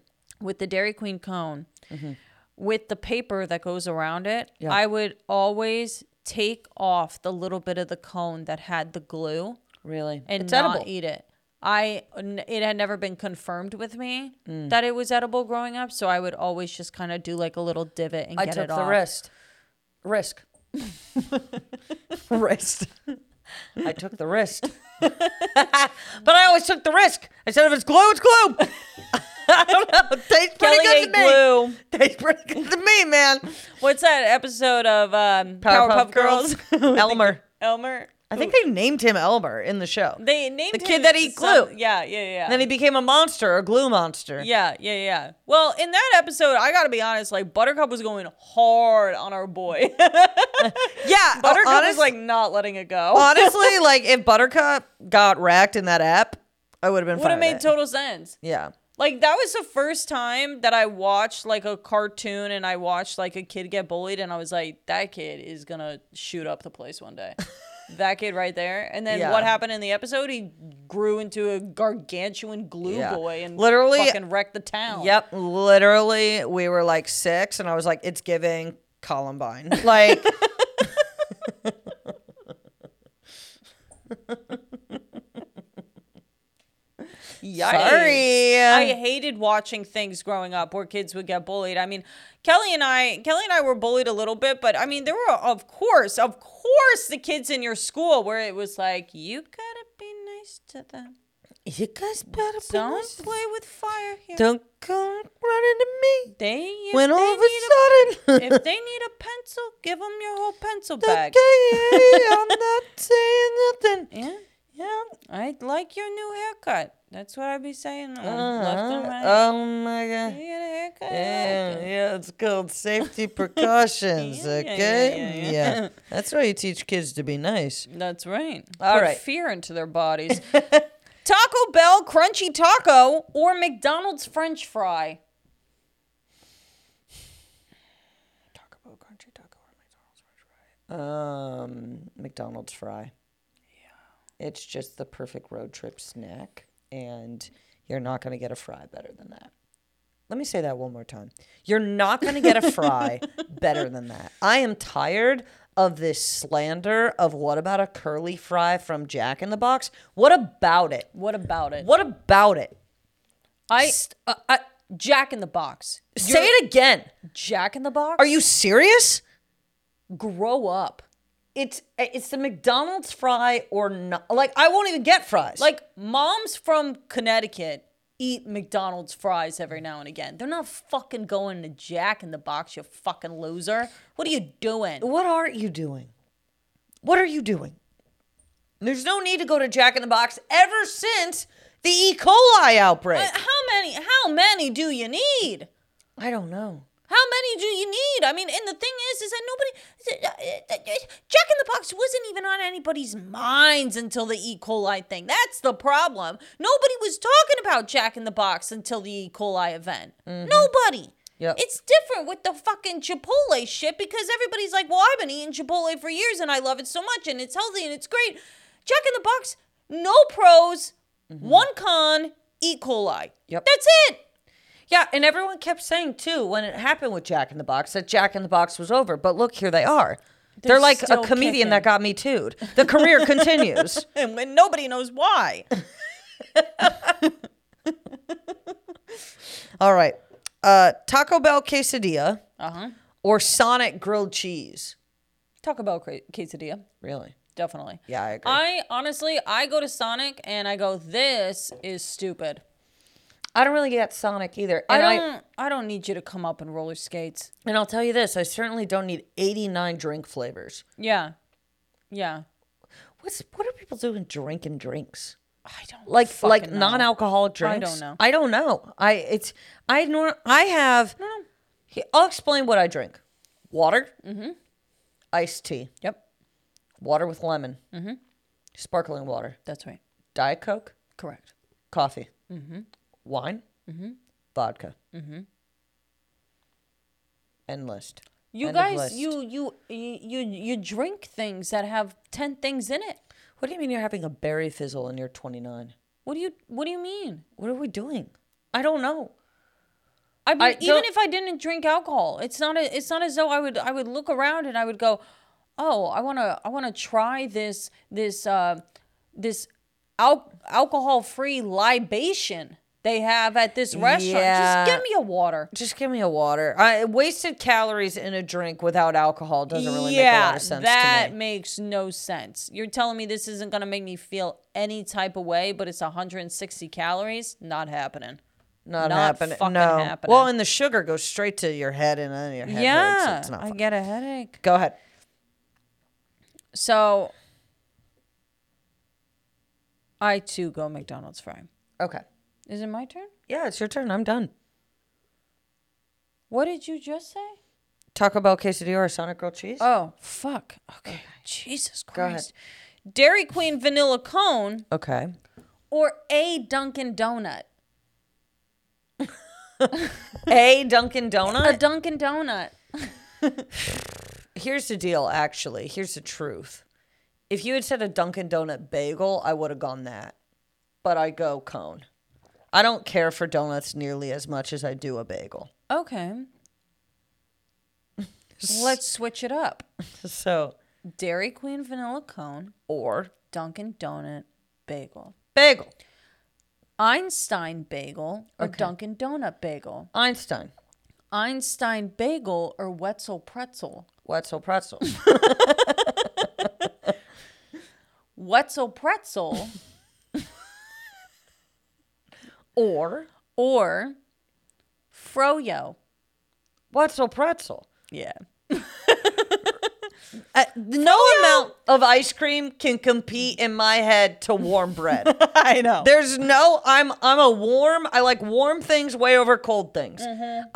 With the Dairy Queen cone,
Mm-hmm.
with the paper that goes around it, I would always take off the little bit of the cone that had the glue
really,
and
it's
not
edible.
eat it. I n- it had never been confirmed with me
Mm.
that it was edible growing up, so I would always just kind of do like a little divot and
I
get
took
it
the
off.
wrist. Risk. wrist. I took the risk. but I always took the risk. I said if it's glue, it's glue. I don't know. Tastes pretty
Kelly
good to
ate
me.
glue.
Tastes pretty good to me, man.
What's that episode of um, Powerpuff, Girls?
Elmer.
Elmer.
I think they named him Elmer in the show.
They named
The kid
him
that eat
some-
glue.
Yeah, yeah, yeah.
then he became a monster, a glue monster.
yeah, yeah, yeah. Well, in that episode, I gotta be honest. Like Buttercup was going hard on our boy.
yeah.
Buttercup was
honest-
like not letting it go.
honestly, like if Buttercup got wrecked in that app, I would have been
Would
fine
have
with
made
it.
total sense.
Yeah.
Like that was the first time that I watched like a cartoon and I watched like a kid get bullied and I was like, that kid is gonna shoot up the place one day. that kid right there. And then
Yeah.
what happened in the episode? He grew into a gargantuan glue
Yeah.
boy and
Literally-
fucking wrecked the town.
Yep, literally, we were like six, and I was like, it's giving Columbine. Like,
Yikes.
sorry.
I hated watching things growing up where kids would get bullied. I mean, Kelly and I, Kelly and I were bullied a little bit, but I mean, there were of course, of course, the kids in your school where it was like, you gotta be nice to them.
you guys better be
Don't
nice.
play with fire here.
Don't come running to me
They, if
when
they
all of
need
a sudden.
if they need a pencil, give them your whole pencil
okay,
bag.
I'm not saying nothing.
Yeah,
Yeah.
I like your new haircut. That's what I be saying. um, left and
Uh-huh.
right.
Oh my god.
you get a haircut. I like
Yeah,
it.
yeah, it's called safety precautions,
Yeah, yeah, yeah,
okay?
yeah, yeah.
yeah. That's why you teach kids to be nice.
That's right.
All
Put
right.
fear into their bodies. Taco Bell crunchy taco or McDonald's french fry?
Taco Bell crunchy taco or McDonald's french fry? Um, McDonald's fry. Yeah. It's just the perfect road trip snack, and you're not going to get a fry better than that. Let me say that one more time. You're not going to get a fry better than that. I am tired of this slander of what about a curly fry from Jack in the Box? What about it?
What about it?
What about it?
I, uh, I Jack in the Box.
say it again.
Jack in the Box.
Are you serious?
grow up?
It's it's the McDonald's fry or not. Like I won't even get fries.
Like moms from Connecticut eat McDonald's fries every now and again. They're not fucking going to Jack in the Box. You fucking loser. What are you doing?
what are you doing? What are you doing? There's no need to go to Jack in the Box ever since the E. coli outbreak.
How many? How many do you need?
I don't know.
How many do you need? I mean, and the thing is, is uh, that nobody. Jack in the Box wasn't even on anybody's minds until the E. coli thing. That's the problem. Nobody was talking about Jack in the Box until the E. coli event. Nobody.
Yep.
It's different with the fucking Chipotle shit because everybody's like, well, I've been eating Chipotle for years and I love it so much and it's healthy and it's great. Jack in the Box, no pros, one con, E. coli.
Yep.
That's it.
Yeah, and everyone kept saying too when it happened with Jack in the Box that Jack in the Box was over, but look, here they are. They're,
They're
like a
still
comedian
kicking.
that got me too The career continues.
and, and nobody knows why.
All right. Uh, Taco Bell quesadilla
Uh huh.
or Sonic grilled cheese.
Taco Bell cra- quesadilla,
Really?
definitely.
Yeah, I agree.
I honestly, I go to Sonic and I go, this is stupid.
I don't really get Sonic either. And
I
I,
don't, I, don't need you to come up in roller skates.
and I'll tell you this, I certainly don't need 89 drink flavors.
Yeah, yeah.
What's what are people doing drinking drinks?
I don't
Like like
fucking know.
non-alcoholic drinks?
don't know.
I don't know. I it's I nor I have He- I'll explain what I drink. Water, mm-hmm. iced tea,
Yep,
water with lemon, mm-hmm. sparkling water,
that's right.
Diet Coke,
Correct.
coffee, mm-hmm. wine, mm-hmm. vodka, mm-hmm. and list.
You
End of
guys,
list.
you, you you you you drink things that have ten things in it.
What do you mean you're having a berry fizzle and you're 29?
What do you What do you mean?
What are we doing? I don't know.
I, mean,
I
even
don't-
if I didn't drink alcohol, it's not a, it's not as though I would I would look around and I would go, oh, I wanna I wanna try this this uh, this al- alcohol free libation they have at this restaurant.
Yeah.
Just give me a water.
Just give me a water. I wasted calories in a drink without alcohol doesn't really make a lot of sense
that
to me.
makes no sense. You're telling me this isn't gonna make me feel any type of way, but it's 160 calories. Not happening.
Not,
not
happening.
fucking
no.
happening.
Well, and the sugar goes straight to your head and then your head hurts.
yeah,
It's not
I
fun.
get a headache.
Go ahead.
So I too go McDonald's fry.
Okay.
Is it my turn?
Yeah, it's your turn. I'm done.
What did you just say?
Taco Bell quesadilla or Sonic grilled cheese?
Oh, fuck. Okay. Jesus
ahead.
Christ. Dairy Queen vanilla cone
okay.
or a Dunkin' Donut?
a Dunkin' Donut.
A Dunkin' Donut.
Here's the deal, actually. Here's the truth. If you had said a Dunkin' Donut bagel, I would have gone that. But I go cone. I don't care for donuts nearly as much as I do a bagel.
Okay. Let's switch it up.
So,
Dairy Queen vanilla cone,
or
Dunkin' Donut bagel.
bagel.
Einstein bagel or Dunkin' Donut bagel.
Einstein.
Einstein bagel or Wetzel pretzel.
Wetzel pretzel.
Wetzel pretzel
or
or Froyo.
Wetzel pretzel.
Yeah.
Uh, no amount of ice cream can compete in my head to warm bread.
I know.
There's no I'm I'm a warm I like warm things way over cold things.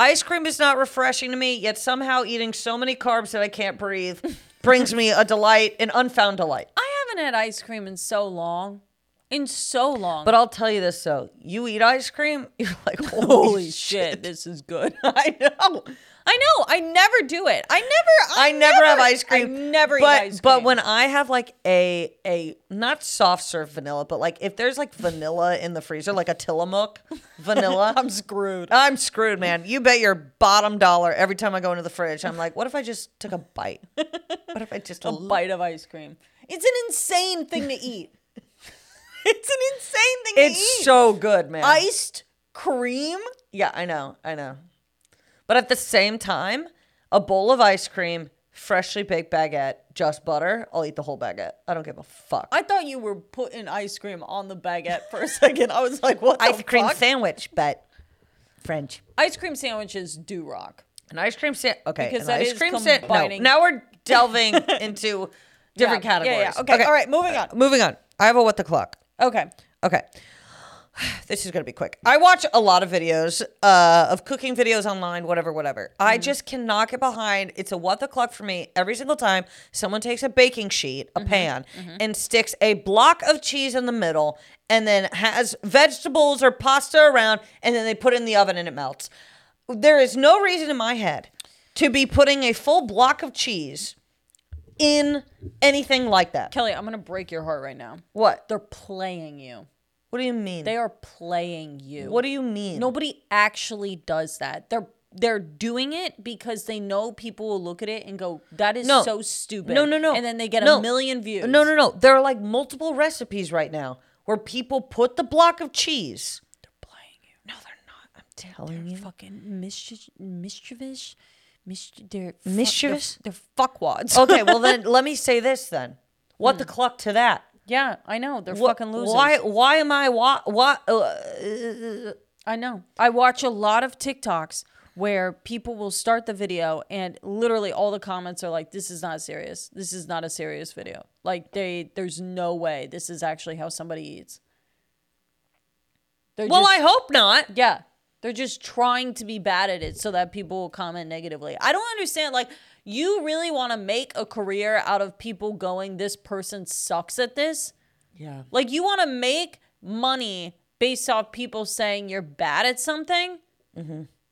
Ice cream is not refreshing to me, yet somehow eating so many carbs that I can't breathe brings me a delight, an unfound delight.
I haven't had ice cream in so long. In so long.
But I'll tell you this though, you eat ice cream, you're like holy shit.
this is good.
I
I
know.
know. I never do it. I never.
I never have ice
I
cream.
never
but,
eat ice cream.
But when I have like a a not soft serve vanilla, but like if there's like vanilla in the freezer, like a Tillamook vanilla, I'm screwed. I'm screwed, man. You bet your bottom dollar every time I go into the fridge. I'm like, what if I just took a bite? What if I just a bite?
bite of ice cream, it's an insane thing to eat. it's an insane thing to
It's
eat.
so good, man.
Iced cream.
yeah, I know, I know. But at the same time, a bowl of ice cream, freshly baked baguette, just butter. I'll eat the whole baguette. I don't give a fuck.
I thought you were putting ice cream on the baguette for a second. I was like, what? the
ice cream
fuck?
sandwich, but French.
ice cream sandwiches do rock.
An ice cream sandwich. Okay,
Because
an
that
ice
is
cream sandwich. No,
combining-
now we're delving into different
Yeah, yeah,
categories.
yeah. Okay, all right, moving on.
Moving on. I have a what the clock.
Okay.
Okay. This is going to be quick. I watch a lot of videos uh, of cooking videos online, whatever, whatever. I just cannot get behind. It's a what the clock for me. Every single time someone takes a baking sheet, a pan, and sticks a block of cheese in the middle and then has vegetables or pasta around and then they put it in the oven and it melts. There is no reason in my head to be putting a full block of cheese in anything like that.
Kelly, I'm going to break your heart right now.
What?
They're playing you.
What do you mean?
They are playing you.
what do you mean?
Nobody actually does that. They're they're doing it because they know people will look at it and go, "That is
No.
so stupid."
No, no, no.
And then they get
No.
a million views.
No, no, no. There are like multiple recipes right now where people put the block of cheese.
Playing you.
No, they're not. I'm telling you.
Fucking mischievous, mischievous, mischievous. They're fu-
Mischievous?
They're, they're fuckwads.
okay, well then let me say this then. What the cluck to that?
yeah, I know. They're
Wha-
fucking losers.
Hmm. Why? Why am I? Why? why uh,
I know. I watch a lot of TikToks where people will start the video and literally all the comments are like, "This is not serious. This is not a serious video. Like they, there's no way this is actually how somebody eats." They're
well,
just,
I hope not.
yeah, they're just trying to be bad at it so that people will comment negatively. I don't understand. Like, you really want to make a career out of people going, "This person sucks at this."
Yeah.
Like you want to make money based off people saying you're bad at something.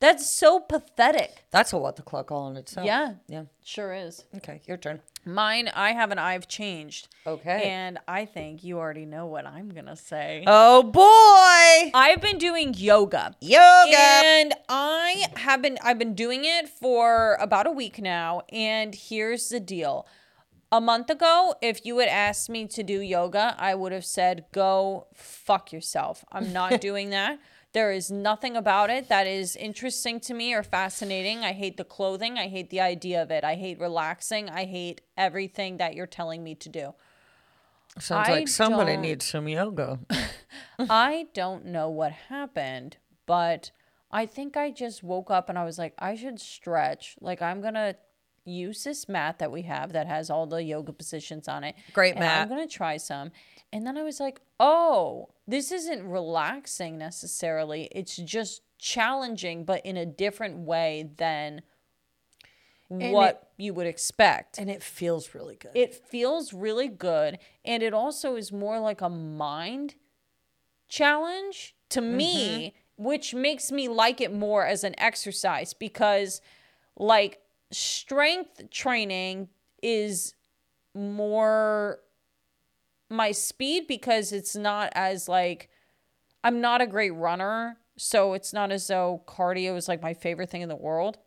That's so pathetic.
That's a what the cluck all in itself.
Yeah.
Yeah.
Sure is.
Okay, your turn.
Mine, I have an I've changed.
Okay.
And I think you already know what I'm going to say.
Oh boy.
I've been doing yoga.
Yoga.
And I have been I've been doing it for about a week now and here's the deal. A month ago, if you had asked me to do yoga, I would have said go fuck yourself. I'm not doing that. There is nothing about it that is interesting to me or fascinating. I hate the clothing. I hate the idea of it. I hate relaxing. I hate everything that you're telling me to do.
Sounds
I
like somebody
don't-
needs some yoga.
I don't know what happened, but I think I just woke up and I was like, I should stretch. Like, I'm going to use this mat that we have that has all the yoga positions on it.
Great
and
mat.
I'm going to try some. And then I was like, oh, this isn't relaxing necessarily. It's just challenging, but in a different way than what you would expect
and it feels really good.
it feels really good and it also is more like a mind challenge to me which makes me like it more as an exercise because like strength training is more my speed because it's not as like I'm not a great runner, so it's not as though cardio is like my favorite thing in the world.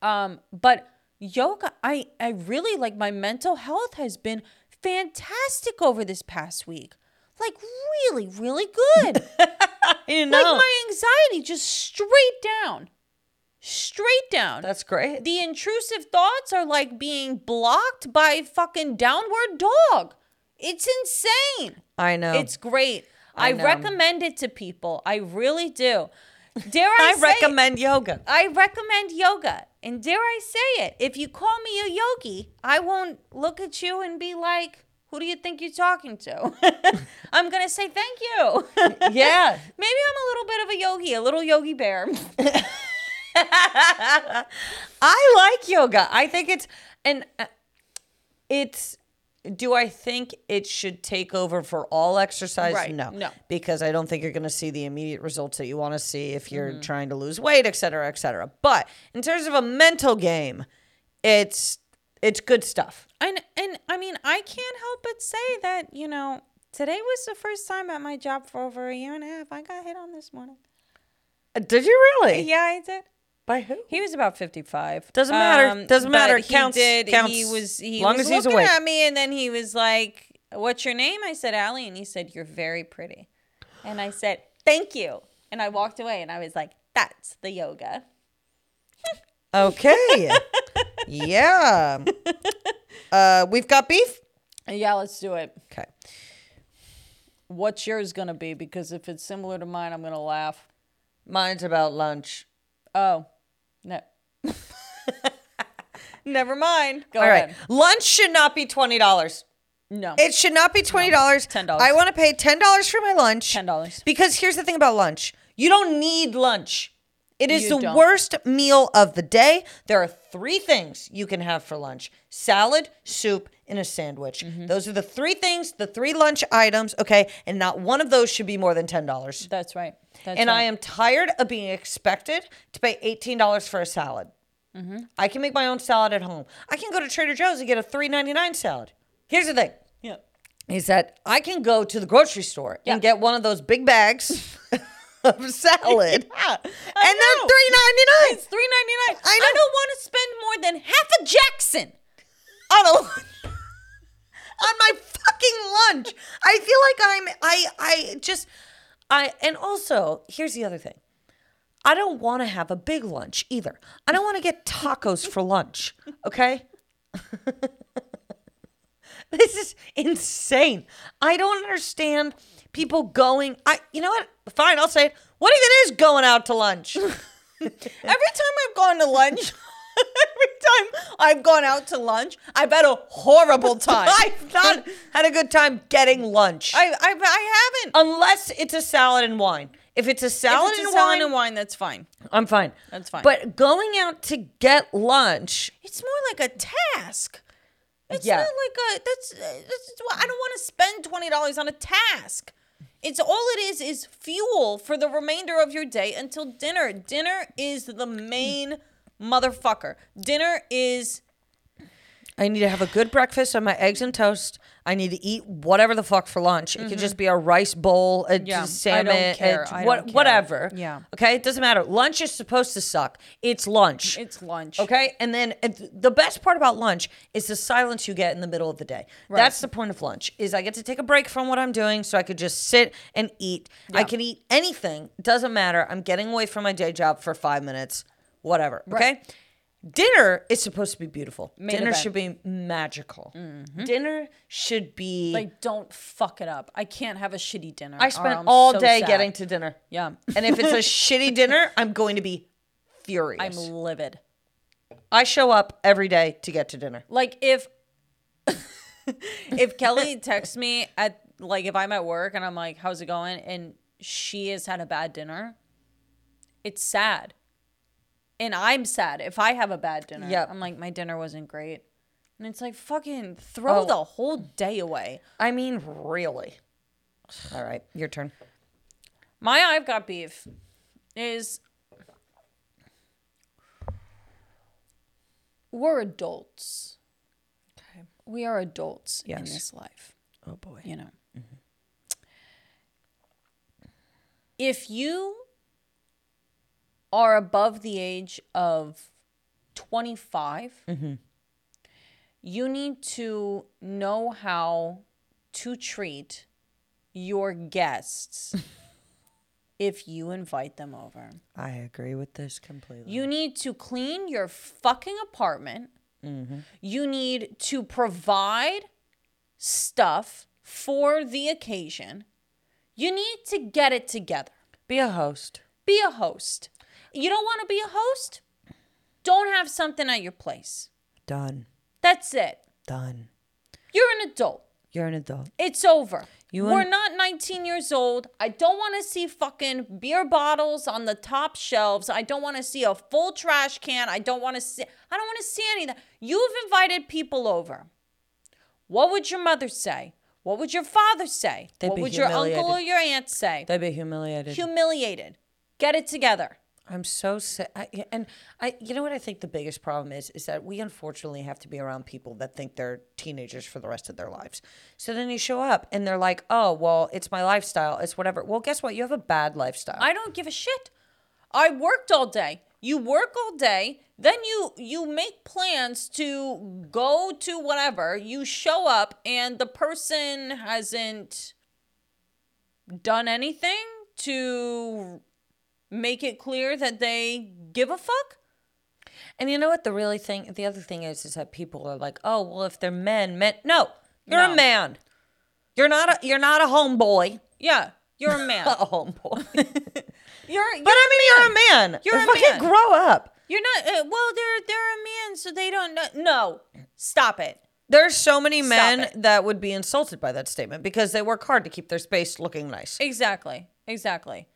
Um, but yoga, I I really like my mental health has been fantastic over this past week. Like really, really good.
You
like
know.
my anxiety just straight down. Straight down.
That's great.
The intrusive thoughts are like being blocked by fucking downward dog. It's insane.
I know.
It's great. I,
know.
recommend it to people. I really do. Dare
I
I, say,
recommend yoga.
I recommend yoga. And dare I say it, if you call me a yogi, I won't look at you and be like, who do you think you're talking to? I'm going to say thank you.
Yeah.
Maybe I'm a little bit of a yogi, a little yogi bear.
I like yoga. I think it's and uh, it's do I think it should take over for all exercise?
Right.
No.
No.
Because I don't think you're going to see the immediate results that you want to see if you're trying to lose weight, et cetera, et cetera. But in terms of a mental game, it's it's good stuff.
And and I mean, I can't help but say that, you know, today was the first time at my job for over a year and a half. I got hit on this morning.
Uh, Did you really?
Yeah, I did.
By who?
He was about fifty-five. Um,
Doesn't matter. Doesn't
but
matter. It
he
counts.
Did,
Counts.
He was. He
Long
was
as he's
looking
awake.
at me, and then he was like, "What's your name?" I said, "Allie," and he said, "You're very pretty," and I said, "Thank you," and I walked away, and I was like, "That's the yoga."
Okay. yeah. Uh, we've got beef.
Yeah, let's do it.
Okay.
What's yours gonna be? Because if it's similar to mine, I'm gonna laugh.
Mine's about lunch.
Oh, no. Never mind. Go
All right.
ahead.
Lunch should not be twenty dollars.
No.
It should not be twenty dollars.
$10.
I want to pay ten dollars for my lunch.
$10.
Because here's the thing about lunch: you don't need lunch. It is
You
the
don't.
worst meal of the day. There are three things you can have for lunch: salad, soup, and a sandwich.
Mm-hmm.
Those are the three things, the three lunch items. Okay, and not one of those should be more than ten dollars.
That's right. That's
And
right.
I am tired of being expected to pay eighteen dollars for a salad.
Mm-hmm.
I can make my own salad at home. I can go to Trader Joe's and get a three ninety nine salad. Here's the thing
Yeah.
is that I can go to the grocery store
Yeah.
and get one of those big bags of salad. and
know.
then
It's three ninety nine.
I
I,
know.
don't want to spend more than half a Jackson.
3.99 on a on my fucking lunch. I feel like I'm I I just I and also here's the other thing. I don't want to have a big lunch either. I don't want to get tacos for lunch, okay? This is insane. I don't understand people going. I, you know what? Fine, I'll say it. What even is going out to lunch? Every time I've gone to lunch, every time I've gone out to lunch, I've had a horrible time. I've not had a good time getting lunch,
I I, I haven't.
unless it's a salad and wine. Oh, If it's a salad,
If it's a
and,
salad
wine,
and wine. That's fine.
I'm fine.
That's fine.
But going out to get lunch,
It's more like a task. It's
Yeah.
not like a that's, uh, that's why I don't want to spend twenty dollars on a task. It's all it is is fuel for the remainder of your day until dinner. Dinner is the main motherfucker. Dinner is
I need to have a good breakfast on my eggs and toast. I need to eat whatever the fuck for lunch. It could just be a rice bowl, a
Mm-hmm. Yeah,
just salmon,
I don't care.
a-
I
what-
don't care.
whatever.
Yeah.
Okay, it doesn't matter. Lunch is supposed to suck. It's lunch.
it's lunch.
Okay, and then and th- the best part about lunch is the silence you get in the middle of the day. That's the point of lunch. Is I get to take a break from what I'm doing, so I could just sit and eat. I can eat anything. Doesn't matter. I'm getting away from my day job for five minutes. Whatever. Okay. Dinner is supposed to be beautiful. Dinner
event.
should be magical. Dinner should be.
Like don't fuck it up. I can't have a shitty dinner. Oh,
I spent all day getting to dinner.
Yeah.
um, And if it's a shitty dinner, I'm going to be furious.
I'm livid.
I show up every day to get to dinner.
Like if if Kelly texts me at like if I'm at work and I'm like, "How's it going?" and she has had a bad dinner, it's sad, and I'm sad if I have a bad dinner.
Yep.
I'm like, my dinner wasn't great, and it's like fucking throw
Oh.
the whole day away.
I mean, really. All right, your turn.
my I've got beef is we're adults.
Okay.
We are adults in
Yes.
this life,
Oh boy. Mm-hmm.
you know. If you are above the age of 25,
Mm-hmm.
you need to know how to treat your guests if you invite them over.
I agree with this completely.
You need to clean your fucking apartment. You need to provide stuff for the occasion. You need to get it together.
Be a host.
Be a host. You don't want to be a host? Don't have something at your place.
Done.
That's it.
Done.
You're an adult.
You're an adult.
It's over.
You
We're
un-
not 19 years old. I don't want to see fucking beer bottles on the top shelves. I don't want to see a full trash can. I don't want to see I don't want to see any of that. You've invited people over. What would your mother say? What would your father say?
They'd
what
be
would your uncle or
humiliated.
your aunt say?
They'd be humiliated.
Humiliated. Get it together.
I'm so sick. I, and I, you know what I think the biggest problem is, is that we unfortunately have to be around people that think they're teenagers for the rest of their lives. So then you show up and they're like, oh, well, it's my lifestyle. It's whatever. Well, guess what? You have a bad lifestyle.
I don't give a shit. I worked all day. You work all day, then you you make plans to go to whatever. You show up and the person hasn't done anything to make it clear that they give a fuck.
and you know what? The really thing, the other thing is, is that people are like, oh, well, if they're men, men, no, you're
No.
a man. You're not a, you're not a homeboy.
Yeah, you're a man.
Not a homeboy. but
You're, you're a
I mean, you're a man.
You're a
fucking
man.
grow up.
You're not uh, well. They're they're a man, so they don't know. No, stop it.
There's so many men
it.
that would be insulted by that statement because they work hard to keep their space looking nice.
Exactly. Exactly.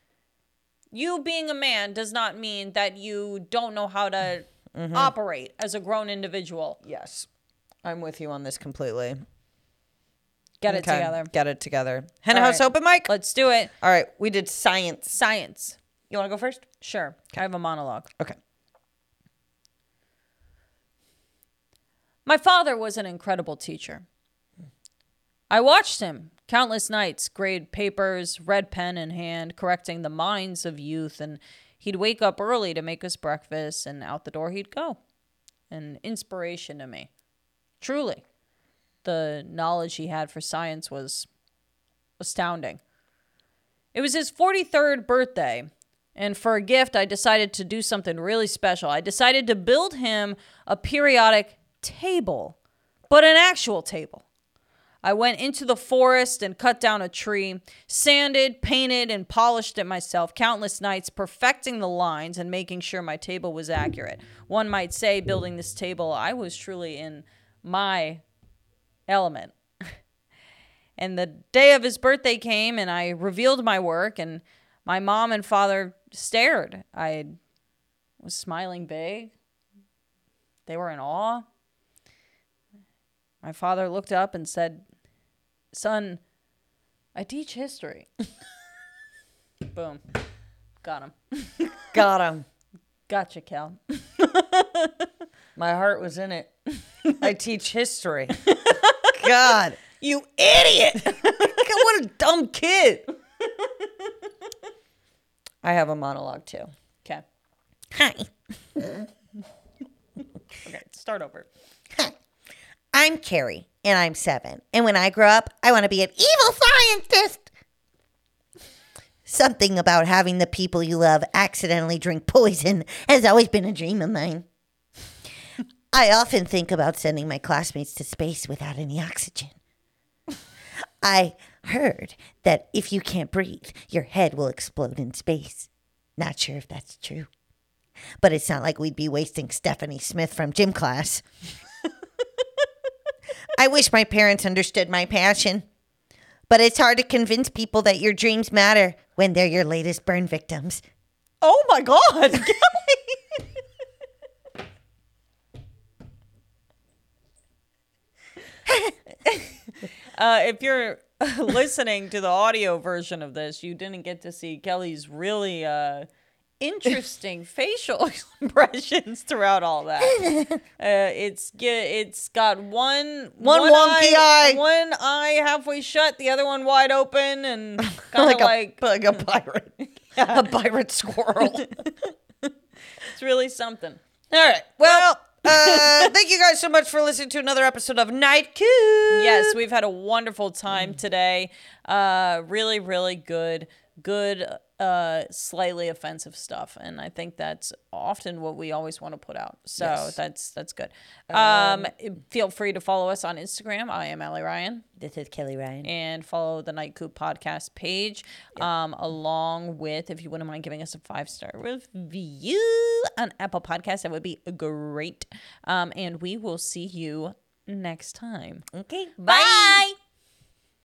You being a man does not mean that you don't know how to
Mm-hmm.
operate as a grown individual.
Yes. I'm with you on this completely.
Get it
Okay,
together.
Get it together. Henna
All
House
right.
open mic.
Let's do it.
All right, we did science.
Science.
You want to go first?
Sure. I have a monologue.
Okay.
My father was an incredible teacher. I watched him countless nights grade papers, red pen in hand, correcting the minds of youth, and he'd wake up early to make us breakfast, and out the door he'd go. An inspiration to me. Truly. The knowledge he had for science was astounding. It was his 43rd birthday, and for a gift, I decided to do something really special. I decided to build him a periodic table, but an actual table. I went into the forest and cut down a tree, sanded, painted, and polished it myself countless nights, perfecting the lines and making sure my table was accurate. One might say, building this table, I was truly in my element. And the day of his birthday came, and I revealed my work, and my mom and father stared. I was smiling big. They were in awe. My father looked up and said, Son, I teach history. Boom. Got him.
Got him.
Gotcha, Cal.
My heart was in it. I teach history. God, you idiot. what a dumb kid. I have a monologue too.
Okay.
Hi,
Okay. Start over.
I'm Carrie, and I'm seven. And when I grow up, I want to be an evil scientist. Something about having the people you love accidentally drink poison has always been a dream of mine. I often think about sending my classmates to space without any oxygen. I heard that if you can't breathe, your head will explode in space. Not sure if that's true. But it's not like we'd be wasting Stephanie Smith from gym class. I wish my parents understood my passion. But it's hard to convince people that your dreams matter when they're your latest burn victims.
Oh my God.
Uh, if you're listening to the audio version of this, you didn't get to see Kelly's really uh, interesting facial expressions throughout all that. Uh, it's ge- it's got one
One wonky eye.
one eye halfway shut, the other one wide open, and kind of like,
like a pirate, a pirate squirrel.
it's really something.
All right. Well, uh, thank you guys so much for listening to another episode of Night Coop.
Yes, we've had a wonderful time today. Uh, really, really good, good, uh, slightly offensive stuff, and I think that's often what we always want to put out. So that's that's good. Um, feel free to follow us on Instagram. I am Allie Ryan,
this is Kelly Ryan.
and follow the Night Coop podcast page, um, along with if you wouldn't mind giving us a five star review on Apple Podcasts, that would be great. Um, and we will see you next time.
Okay,
Bye.